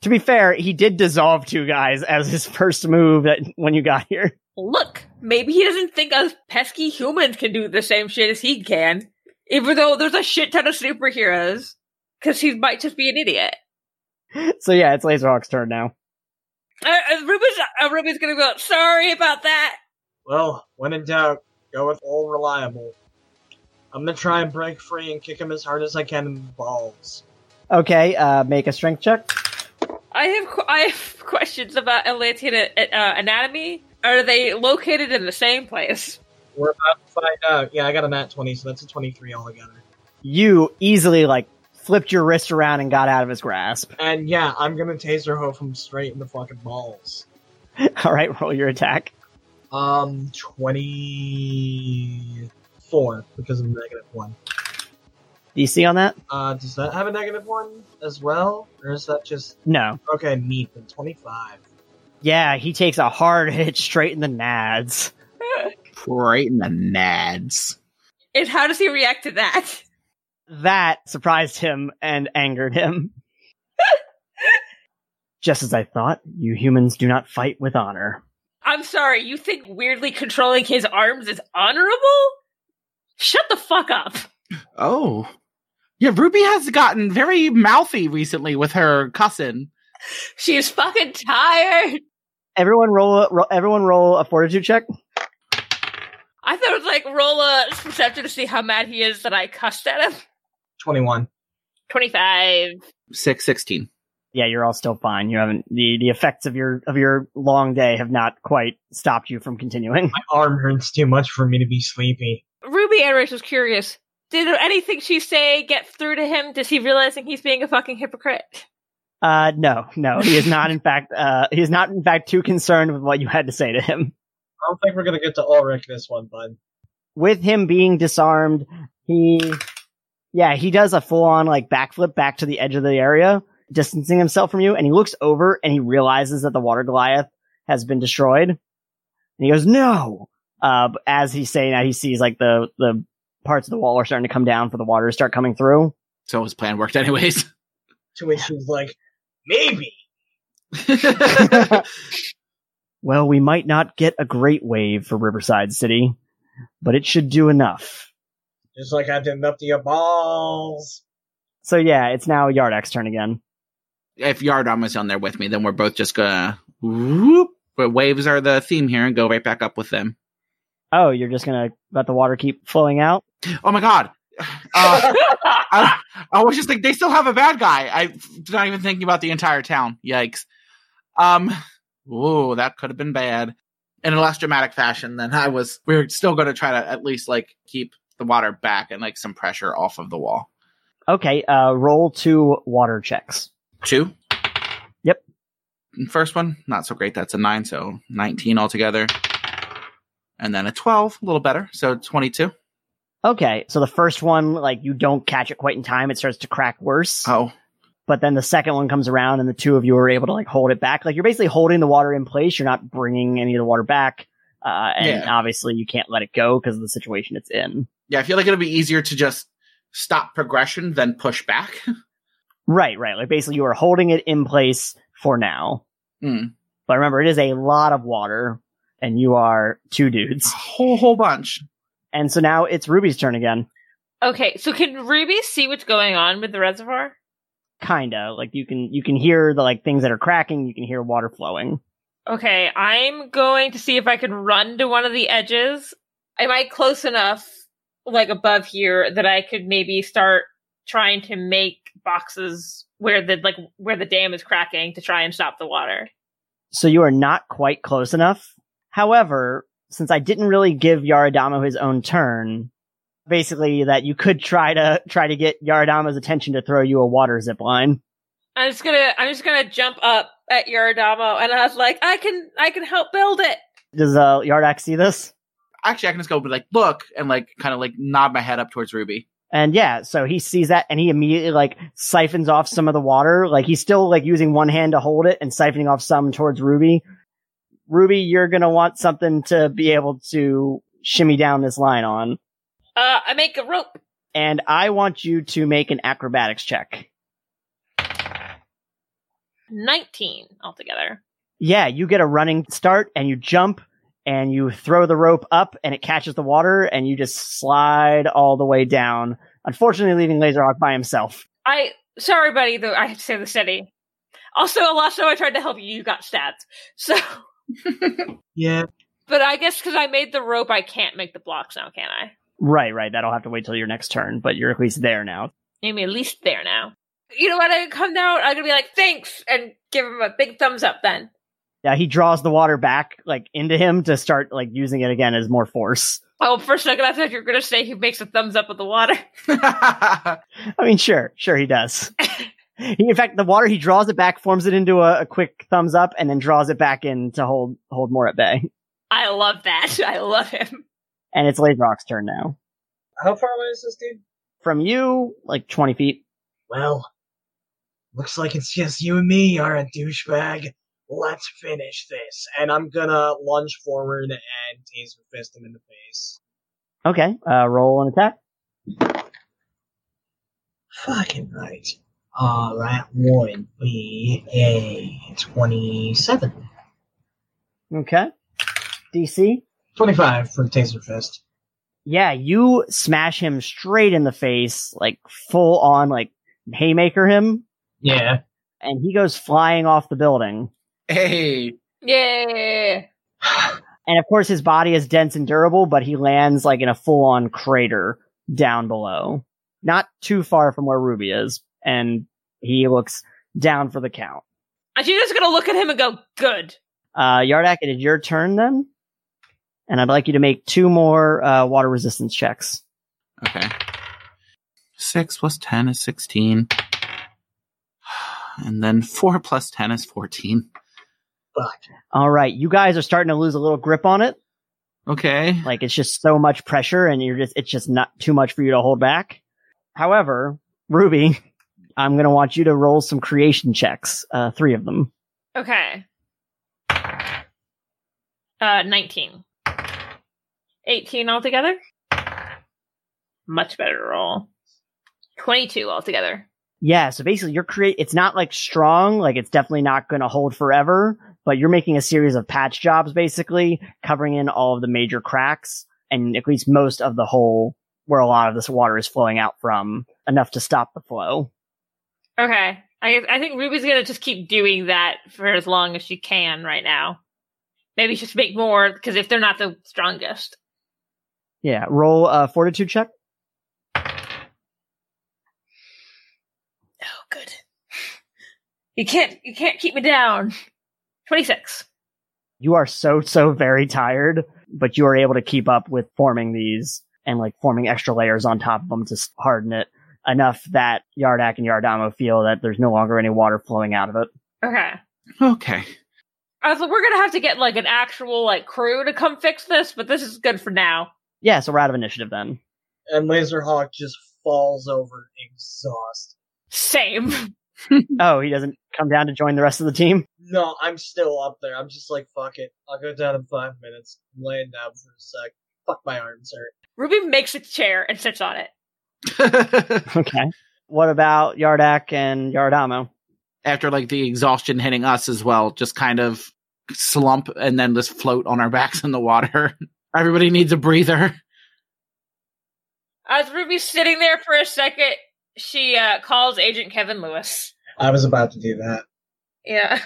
Speaker 1: To be fair, he did dissolve two guys as his first move that when you got here.
Speaker 4: Look, maybe he doesn't think us pesky humans can do the same shit as he can, even though there's a shit ton of superheroes. Because he might just be an idiot.
Speaker 1: So yeah, it's Laserhawk's turn now.
Speaker 4: Uh, uh, Ruby's, uh, Ruby's gonna go, sorry about that.
Speaker 5: Well, when in doubt, go with all reliable. I'm gonna try and break free and kick him as hard as I can in the balls.
Speaker 1: Okay, uh, make a strength check.
Speaker 4: I have qu- I have questions about Atlantean uh, anatomy. Are they located in the same place?
Speaker 5: We're about to find out. Yeah, I got a nat 20, so that's a 23 altogether.
Speaker 1: You easily like flipped your wrist around and got out of his grasp.
Speaker 5: And yeah, I'm gonna taser hoof him straight in the fucking balls.
Speaker 1: All right, roll your attack.
Speaker 5: Um, 24 because of negative one.
Speaker 1: DC on that?
Speaker 5: Uh, does that have a negative one as well, or is that just
Speaker 1: No.
Speaker 5: okay? Meat then 25.
Speaker 1: Yeah, he takes a hard hit straight in the nads.
Speaker 6: Right in the nads.
Speaker 4: And how does he react to that?
Speaker 1: That surprised him and angered him. Just as I thought, you humans do not fight with honor.
Speaker 4: I'm sorry, you think weirdly controlling his arms is honorable? Shut the fuck up.
Speaker 6: Oh. Yeah, Ruby has gotten very mouthy recently with her cussing.
Speaker 4: She is fucking tired.
Speaker 1: Everyone roll, a, roll everyone roll a fortitude check.
Speaker 4: I thought it was like roll a perception to see how mad he is that I cussed at him.
Speaker 5: 21.
Speaker 4: 25.
Speaker 6: 616.
Speaker 1: Yeah, you're all still fine. You haven't the, the effects of your of your long day have not quite stopped you from continuing.
Speaker 5: My arm hurts too much for me to be sleepy.
Speaker 4: Ruby Enrich was curious. Did anything she say get through to him? Does he realizing he's being a fucking hypocrite?
Speaker 1: Uh no, no. He is not in fact uh he is not in fact too concerned with what you had to say to him.
Speaker 5: I don't think we're gonna get to Ulrich this one, bud.
Speaker 1: with him being disarmed, he, yeah, he does a full on like backflip back to the edge of the area, distancing himself from you. And he looks over and he realizes that the water Goliath has been destroyed. And he goes, no. Uh, but as he's saying that, he sees like the, the parts of the wall are starting to come down for the water to start coming through.
Speaker 6: So his plan worked anyways.
Speaker 5: To which he's like, maybe.
Speaker 1: Well, we might not get a great wave for Riverside City, but it should do enough.
Speaker 5: Just like I've been up to your balls.
Speaker 1: So yeah, it's now Yardak's turn again.
Speaker 6: if Yardom is on there with me, then we're both just gonna whoop. But waves are the theme here and go right back up with them.
Speaker 1: Oh, you're just gonna let the water keep flowing out?
Speaker 6: Oh my god. Uh, I, I was just like, they still have a bad guy. I'm not even thinking about the entire town. Yikes. Um, ooh, that could have been bad. In a less dramatic fashion than I was, we are still going to try to at least like keep the water back and like some pressure off of the wall.
Speaker 1: Okay, uh, roll two water checks.
Speaker 6: Two.
Speaker 1: Yep.
Speaker 6: First one, not so great. That's a nine, so 19 altogether. And then a 12, a little better. So 22.
Speaker 1: Okay, so the first one, like, you don't catch it quite in time. It starts to crack worse.
Speaker 6: Oh,
Speaker 1: But then the second one comes around and the two of you are able to like hold it back. Like you're basically holding the water in place. You're not bringing any of the water back. Uh, and obviously you can't let it go because of the situation it's in.
Speaker 6: Yeah, I feel like it'll be easier to just stop progression than push back.
Speaker 1: Right, right. Like basically you are holding it in place for now.
Speaker 6: Mm.
Speaker 1: But remember, it is a lot of water and you are two
Speaker 6: A
Speaker 1: dudes.
Speaker 6: whole whole bunch.
Speaker 1: And so now it's Ruby's turn again.
Speaker 4: Okay, so can Ruby see what's going on with the reservoir?
Speaker 1: Kinda. Like you can, you can hear the like things that are cracking. You can hear water flowing.
Speaker 4: Okay, I'm going to see if I can run to one of the edges. Am I close enough, like above here, that I could maybe start trying to make boxes where the like where the dam is cracking to try and stop the water?
Speaker 1: So you are not quite close enough. However, since I didn't really give Yaradamo his own turn, basically that you could try to, try to get Yaradama's attention to throw you a water zip line.
Speaker 4: I'm just gonna I'm just gonna jump up at Yorodamo and I was like, I can I can help build it.
Speaker 1: Does, uh, Yardak see this?
Speaker 6: Actually, I can just go be like, look, and like kind of like nod my head up towards Ruby.
Speaker 1: And yeah, so he sees that and he immediately like siphons off some of the water. Like he's still like using one hand to hold it and siphoning off some towards Ruby. Ruby, you're gonna want something to be able to shimmy down this line on.
Speaker 4: Uh, I make a rope.
Speaker 1: And I want you to make an acrobatics check.
Speaker 4: Nineteen altogether.
Speaker 1: Yeah, you get a running start and you jump and you throw the rope up and it catches the water and you just slide all the way down. Unfortunately, leaving Laserhawk by himself.
Speaker 4: I sorry, buddy. Though I have to save the city. Also, Alasso, I tried to help you. You got stabbed. So,
Speaker 5: Yeah.
Speaker 4: but I guess because I made the rope, I can't make the blocks now, can I?
Speaker 1: Right, right. That'll have to wait till your next turn, but you're at least there now.
Speaker 4: I mean, at least there now. You know what? I come down. I'm gonna be like, thanks, and give him a big thumbs up. Then
Speaker 1: Yeah, he draws the water back like into him to start like using it again as more force.
Speaker 4: oh, for a second I thought you were gonna say he makes a thumbs up with the water.
Speaker 1: I mean, sure, sure he does. he, in fact, the water he draws it back, forms it into a, a quick thumbs up, and then draws it back in to hold hold more at bay.
Speaker 4: I love that. I love him.
Speaker 1: And it's Laserhawk's turn now.
Speaker 5: How far away is this dude?
Speaker 1: From you, like twenty feet.
Speaker 5: Well, looks like it's just you and me, are a douchebag. Let's finish this. And I'm gonna lunge forward and taser fist him in the face.
Speaker 1: Okay, uh, roll an attack.
Speaker 5: Fucking right. Uh, that would be a 27.
Speaker 1: Okay, DC.
Speaker 5: 25 for taser fist.
Speaker 1: Yeah, you smash him straight in the face, like full on, like haymaker him,
Speaker 5: Yeah.
Speaker 1: and he goes flying off the building.
Speaker 6: hey,
Speaker 4: Yeah.
Speaker 1: And of course, his body is dense and durable, but he lands like in a full on crater down below, not too far from where Ruby is. And he looks down for the count.
Speaker 4: And she's just gonna look at him and go, good.
Speaker 1: Uh, Yardak, it is your turn then. And I'd like you to make two more uh, water resistance checks.
Speaker 6: Okay. Six plus ten is sixteen. And then four plus ten is fourteen.
Speaker 1: All right, you guys are starting to lose a little grip on it.
Speaker 6: Okay.
Speaker 1: Like it's just so much pressure, and you're just it's just not too much for you to hold back. However, Ruby, I'm gonna want you to roll some creation checks, uh, three of them.
Speaker 4: Okay. Uh, 19. 18 altogether? Much better roll. 22 altogether.
Speaker 1: Yeah, so basically you're create it's not like strong, like it's definitely not going to hold forever, but you're making a series of patch jobs basically covering in all of the major cracks and at least most of the hole where a lot of this water is flowing out from enough to stop the flow.
Speaker 4: Okay. I, I think Ruby's gonna just keep doing that for as long as she can right now. Maybe just make more, because if they're not the strongest.
Speaker 1: Yeah, roll a fortitude check.
Speaker 4: Oh, good. You can't, you can't keep me down. 26.
Speaker 1: You are so so very tired, but you are able to keep up with forming these and like forming extra layers on top of them to s- harden it enough that Yardak and Yardamo feel that there's no longer any water flowing out of it.
Speaker 4: Okay.
Speaker 6: Okay.
Speaker 4: I was like, we're gonna have to get like an actual like crew to come fix this, but this is good for now.
Speaker 1: Yeah, so we're out of initiative then.
Speaker 5: And Laserhawk just falls over exhausted.
Speaker 4: Same.
Speaker 1: Oh, he doesn't come down to join the rest of the team?
Speaker 7: No, I'm still up there. I'm just like, fuck it. I'll go down in five minutes. I'm laying down for a sec. Fuck my arms hurt.
Speaker 4: Ruby makes a chair and sits on it.
Speaker 1: Okay. What about Yardak and Yardamo?
Speaker 6: After like the exhaustion hitting us as well, just kind of slump and then just float on our backs in the water. Everybody needs a breather.
Speaker 4: As Ruby's sitting there for a second, she uh, calls Agent Kevin Lewis.
Speaker 7: I was about to do that.
Speaker 4: Yeah.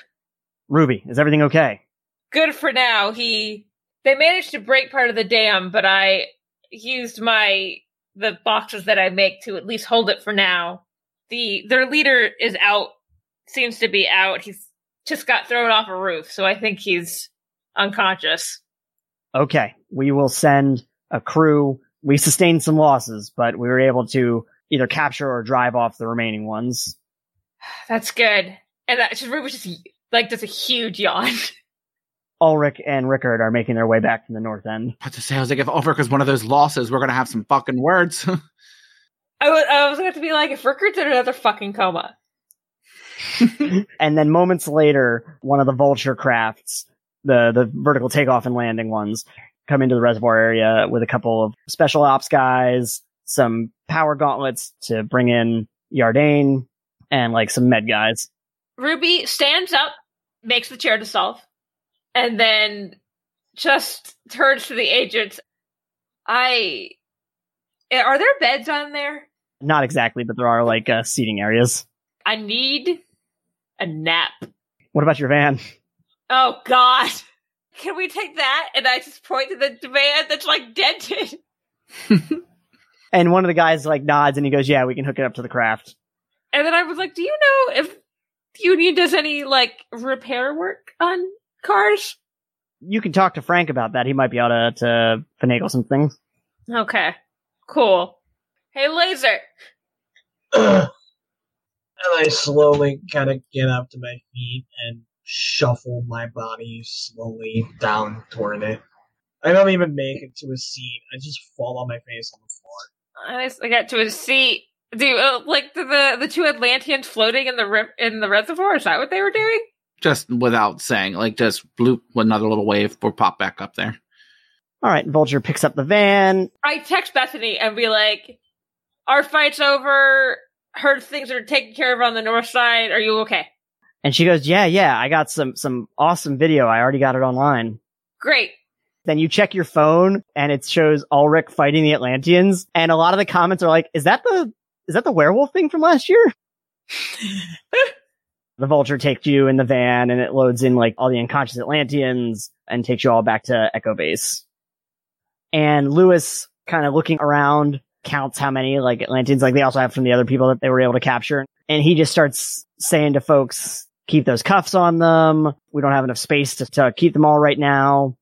Speaker 1: Ruby, is everything okay?
Speaker 4: Good for now. He they managed to break part of the dam, but I used my the boxes that I make to at least hold it for now. The their leader is out seems to be out. He's just got thrown off a roof, so I think he's unconscious.
Speaker 1: Okay. We will send a crew. We sustained some losses, but we were able to either capture or drive off the remaining ones.
Speaker 4: That's good. And that just Ruby just like does a huge yawn.
Speaker 1: Ulrich and Rickard are making their way back from the north end.
Speaker 6: What to say? I was like, if Ulrich is one of those losses, we're gonna have some fucking words.
Speaker 4: I was I was going to be like if Rickard's in another fucking coma.
Speaker 1: And then moments later, one of the vulture crafts, the, the vertical takeoff and landing ones, come into the reservoir area with a couple of special ops guys, some power gauntlets to bring in Yardane, and like some med guys.
Speaker 4: Ruby stands up, makes the chair to solve, and then just turns to the agents. I are there beds on there?
Speaker 1: Not exactly, but there are like uh, seating areas.
Speaker 4: I need a nap.
Speaker 1: What about your van?
Speaker 4: Oh God. Can we take that? And I just point to the van that's like dented.
Speaker 1: And one of the guys like nods and he goes, "Yeah, we can hook it up to the craft."
Speaker 4: And then I was like, Do you know if Union does any like repair work on cars?
Speaker 1: You can talk to Frank about that. He might be able to, to finagle some things.
Speaker 4: Okay. Cool. Hey laser.
Speaker 7: and I slowly kind of get up to my feet and shuffle my body slowly down toward it. I don't even make it to a seat. I just fall on my face on the floor.
Speaker 4: I just- I got to a seat. Do uh, like do the the two Atlanteans floating in the ri- in the reservoir? Is that what they were doing?
Speaker 6: just without saying, like just bloop another little wave or pop back up there.
Speaker 1: All right, Vulture picks up the van.
Speaker 4: I text Bethany and be like, "Our fight's over. Her things are taken care of on the north side. Are you okay?
Speaker 1: And she goes, "Yeah, yeah, I got some some awesome video. I already got it online."
Speaker 4: Great.
Speaker 1: Then you check your phone and it shows Ulrich fighting the Atlanteans and a lot of the comments are like, "Is that the is that the werewolf thing from last year?" the vulture takes you in the van and it loads in like all the unconscious Atlanteans and takes you all back to Echo Base. And Lewis kind of looking around counts how many like Atlanteans like they also have from the other people that they were able to capture. And he just starts saying to folks, keep those cuffs on them. We don't have enough space to, to keep them all right now.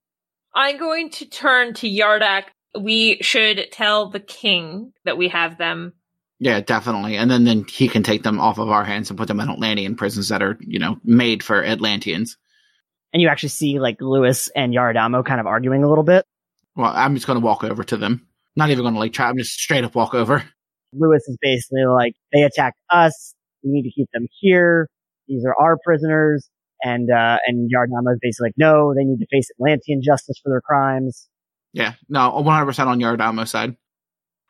Speaker 4: I'm going to turn to Yardak. We should tell the king that we have them.
Speaker 6: Yeah, definitely. And then then he can take them off of our hands and put them in Atlantean prisons that are you know made for Atlanteans.
Speaker 1: And you actually see like Lewis and Yaradamo kind of arguing a little bit.
Speaker 6: Well, I'm just gonna walk over to them. Not even gonna like try. I'm just straight up walk over.
Speaker 1: Lewis is basically like, they attacked us. We need to keep them here. These are our prisoners. And, uh, and Yardamo is basically like, no, they need to face Atlantean justice for their crimes.
Speaker 6: Yeah, no, 100 percent on Yardimo's side.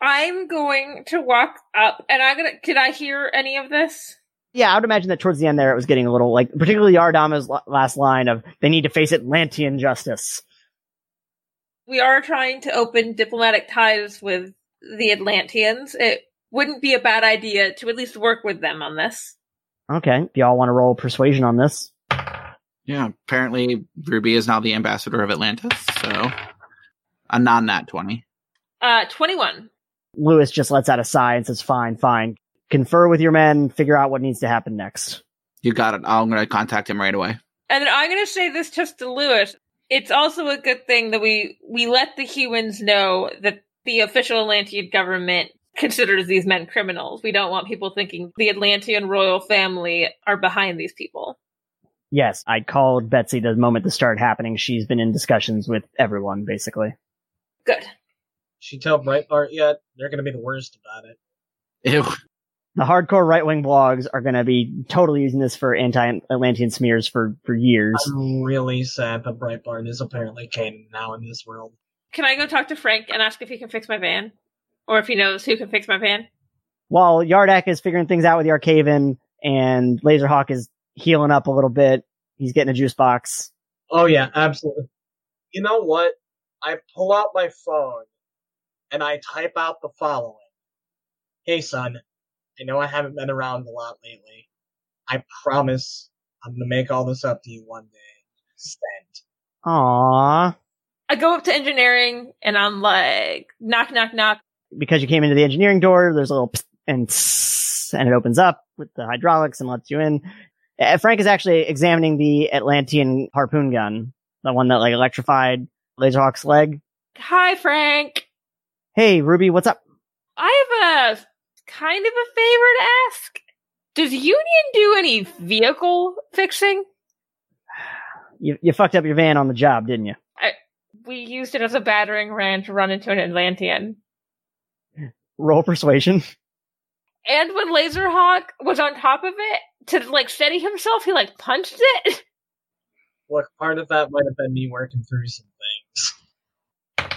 Speaker 4: I'm going to walk up, and I'm gonna. Can I hear any of this?
Speaker 1: Yeah, I would imagine that towards the end there, it was getting a little like, particularly Yardamo's la- last line of, they need to face Atlantean justice.
Speaker 4: we are trying to open diplomatic ties with the Atlanteans. It wouldn't be a bad idea to at least work with them on this.
Speaker 1: Okay. If y'all want to roll persuasion on this,
Speaker 6: Yeah, apparently Ruby is now the ambassador of Atlantis, so a non nat twenty.
Speaker 4: Uh, 21.
Speaker 1: Lewis just lets out a sigh and says, fine, fine. Confer with your men, figure out what needs to happen next.
Speaker 6: You got it. I'm gonna contact him right away.
Speaker 4: And then I'm going to say this just to Lewis. It's also a good thing that we, we let the humans know that the official Atlantean government considers these men criminals. We don't want people thinking the Atlantean royal family are behind these people.
Speaker 1: Yes, I called Betsy the moment this started happening. She's been in discussions with everyone, basically.
Speaker 4: Good.
Speaker 7: She tell Breitbart yet? They're gonna be the worst about it.
Speaker 6: Ew.
Speaker 1: the hardcore right wing blogs are going to be totally using this for anti Atlantean smears for, for years.
Speaker 5: I'm really sad that Breitbart is apparently canon now in this world.
Speaker 4: Can I go talk to Frank and ask if he can fix my van? Or if he knows who can fix my van?
Speaker 1: While Yardak is figuring things out with Yarkaven and Laserhawk is healing up a little bit, he's getting a juice box.
Speaker 5: Oh yeah, absolutely. You know what? I pull out my phone and I type out the following. Hey son, I know I haven't been around a lot lately. I promise I'm gonna make all this up to you one day. Send.
Speaker 1: Aww.
Speaker 4: I go up to engineering and I'm like, knock, knock, knock.
Speaker 1: Because you came into the engineering door, there's a little psst and tss, and it opens up with the hydraulics and lets you in. Uh, Frank is actually examining the Atlantean harpoon gun, the one that like electrified Laserhawk's leg.
Speaker 4: Hi, Frank.
Speaker 1: Hey, Ruby, what's up?
Speaker 4: I have a kind of a favor to ask. Does Union do any vehicle fixing?
Speaker 1: You, you fucked up your van on the job, didn't you?
Speaker 4: We used it as a battering ram to run into an Atlantean.
Speaker 1: Roll persuasion.
Speaker 4: And when Laserhawk was on top of it to like steady himself, he like punched it.
Speaker 5: Look, part of that might have been me working through some things.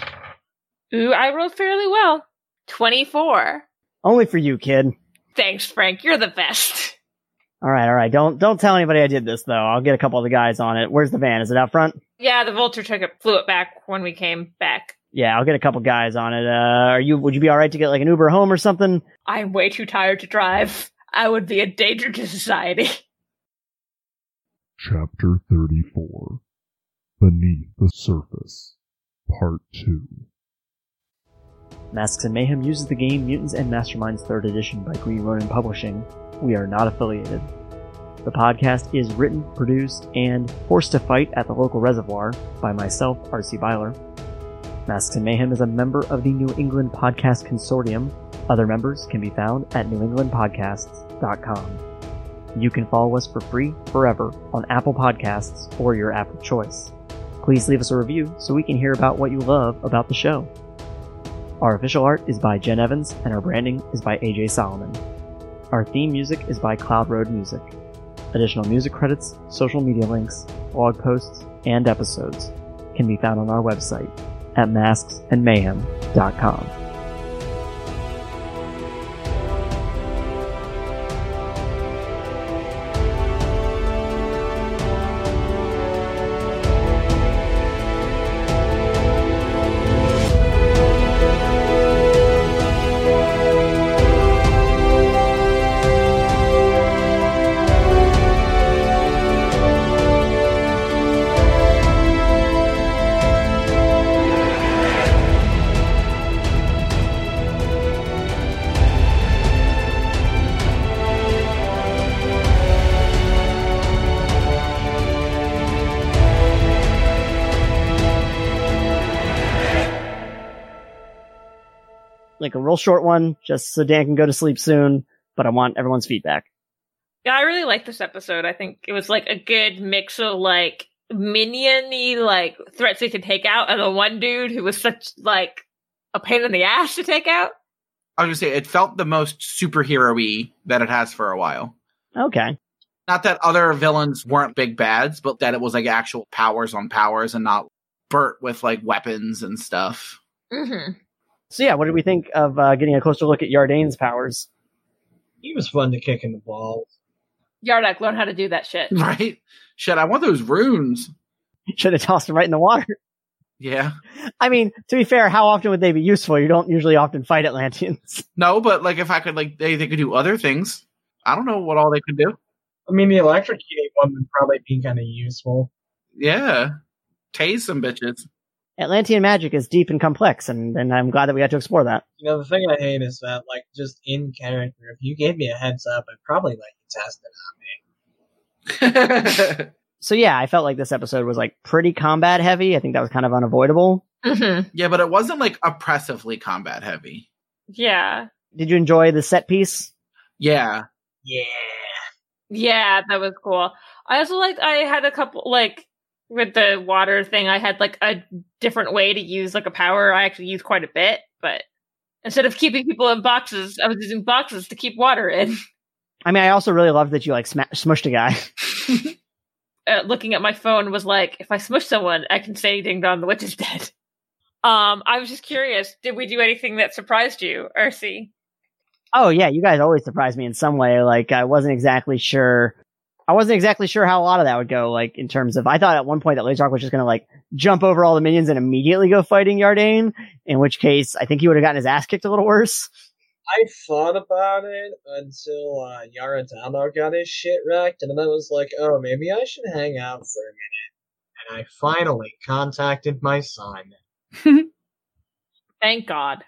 Speaker 4: Ooh, I rolled fairly well. 24.
Speaker 1: Only for you, kid.
Speaker 4: Thanks, Frank. You're the best.
Speaker 1: All right, all right. Don't don't tell anybody I did this though. I'll get a couple of the guys on it. Where's the van? Is it out front?
Speaker 4: Yeah, the vulture took it, flew it back when we came back.
Speaker 1: Yeah, I'll get a couple guys on it. Uh, are you? Would you be all right to get like an Uber home or something?
Speaker 4: I'm way too tired to drive. I would be a danger to society.
Speaker 2: Chapter 34 Beneath the Surface Part 2
Speaker 1: Masks and Mayhem uses the game Mutants and Masterminds 3rd Edition by Green Ronin Publishing. We are not affiliated. The podcast is written, produced, and forced to fight at the local reservoir by myself, R.C. Byler. Masks and Mayhem is a member of the New England Podcast Consortium. Other members can be found at newenglandpodcasts.com. You can follow us for free forever on Apple Podcasts or your app of choice. Please leave us a review so we can hear about what you love about the show. Our official art is by Jen Evans, and our branding is by AJ Solomon. Our theme music is by Cloud Road Music. Additional music credits, social media links, blog posts, and episodes can be found on our website at masksandmayhem.com. like a real short one, just so Dan can go to sleep soon. But I want everyone's feedback.
Speaker 4: Yeah, I really liked this episode. I think it was like a good mix of like miniony like threats we could take out, and the one dude who was such like a pain in the ass to take out.
Speaker 6: I was gonna say it felt the most superhero-y that it has for a while.
Speaker 1: Okay,
Speaker 6: Not that other villains weren't big bads, but that it was like actual powers on powers and not Bert with like weapons and stuff.
Speaker 4: Mm-hmm.
Speaker 1: so yeah, what did we think of uh, getting a closer look at Yardane's powers?
Speaker 5: He was fun to kick in the balls.
Speaker 4: Yardak, learn how to do that shit.
Speaker 6: Right? Shit, I want those runes.
Speaker 1: Should have tossed him right in the water.
Speaker 6: Yeah.
Speaker 1: I mean, to be fair, how often would they be useful? You don't usually often fight Atlanteans.
Speaker 6: No, but like if I could like they, they could do other things. I don't know what all they could do.
Speaker 5: I mean, the electrocuting one would probably be kind of useful.
Speaker 6: Yeah. Tase some bitches.
Speaker 1: Atlantean magic is deep and complex, and, and I'm glad that we got to explore that.
Speaker 5: You know, the thing I hate is that, like, just in character, if you gave me a heads up, I'd probably let you test it.
Speaker 1: So yeah, I felt like this episode was like pretty combat heavy. I think that was kind of unavoidable.
Speaker 4: Mm-hmm.
Speaker 6: yeah, but it wasn't like oppressively combat heavy.
Speaker 4: Yeah,
Speaker 1: Did you enjoy the set piece?
Speaker 6: Yeah.
Speaker 5: Yeah.
Speaker 4: yeah, that was cool. I also liked. I had a couple like with the water thing. I had like a different way to use like a power. I actually used quite a bit, but Instead of keeping people in boxes, I was using boxes to keep water in.
Speaker 1: I mean, I also really love that you like sma- smushed a guy.
Speaker 4: uh, looking at my phone was like, if I smush someone, I can say ding dong, the witch is dead. Um, I was just curious, did we do anything that surprised you, Ursi?
Speaker 1: Oh yeah, you guys always surprise me in some way. Like I wasn't exactly sure. I wasn't exactly sure how a lot of that would go. Like in terms of, I thought at one point that Lazark was just gonna like jump over all the minions and immediately go fighting Yardane. In which case, I think he would have gotten his ass kicked a little worse.
Speaker 7: I thought about it until uh, Yaradama got his shit wrecked, and then I was like, oh, maybe I should hang out for a minute. And I finally contacted my son.
Speaker 4: Thank God.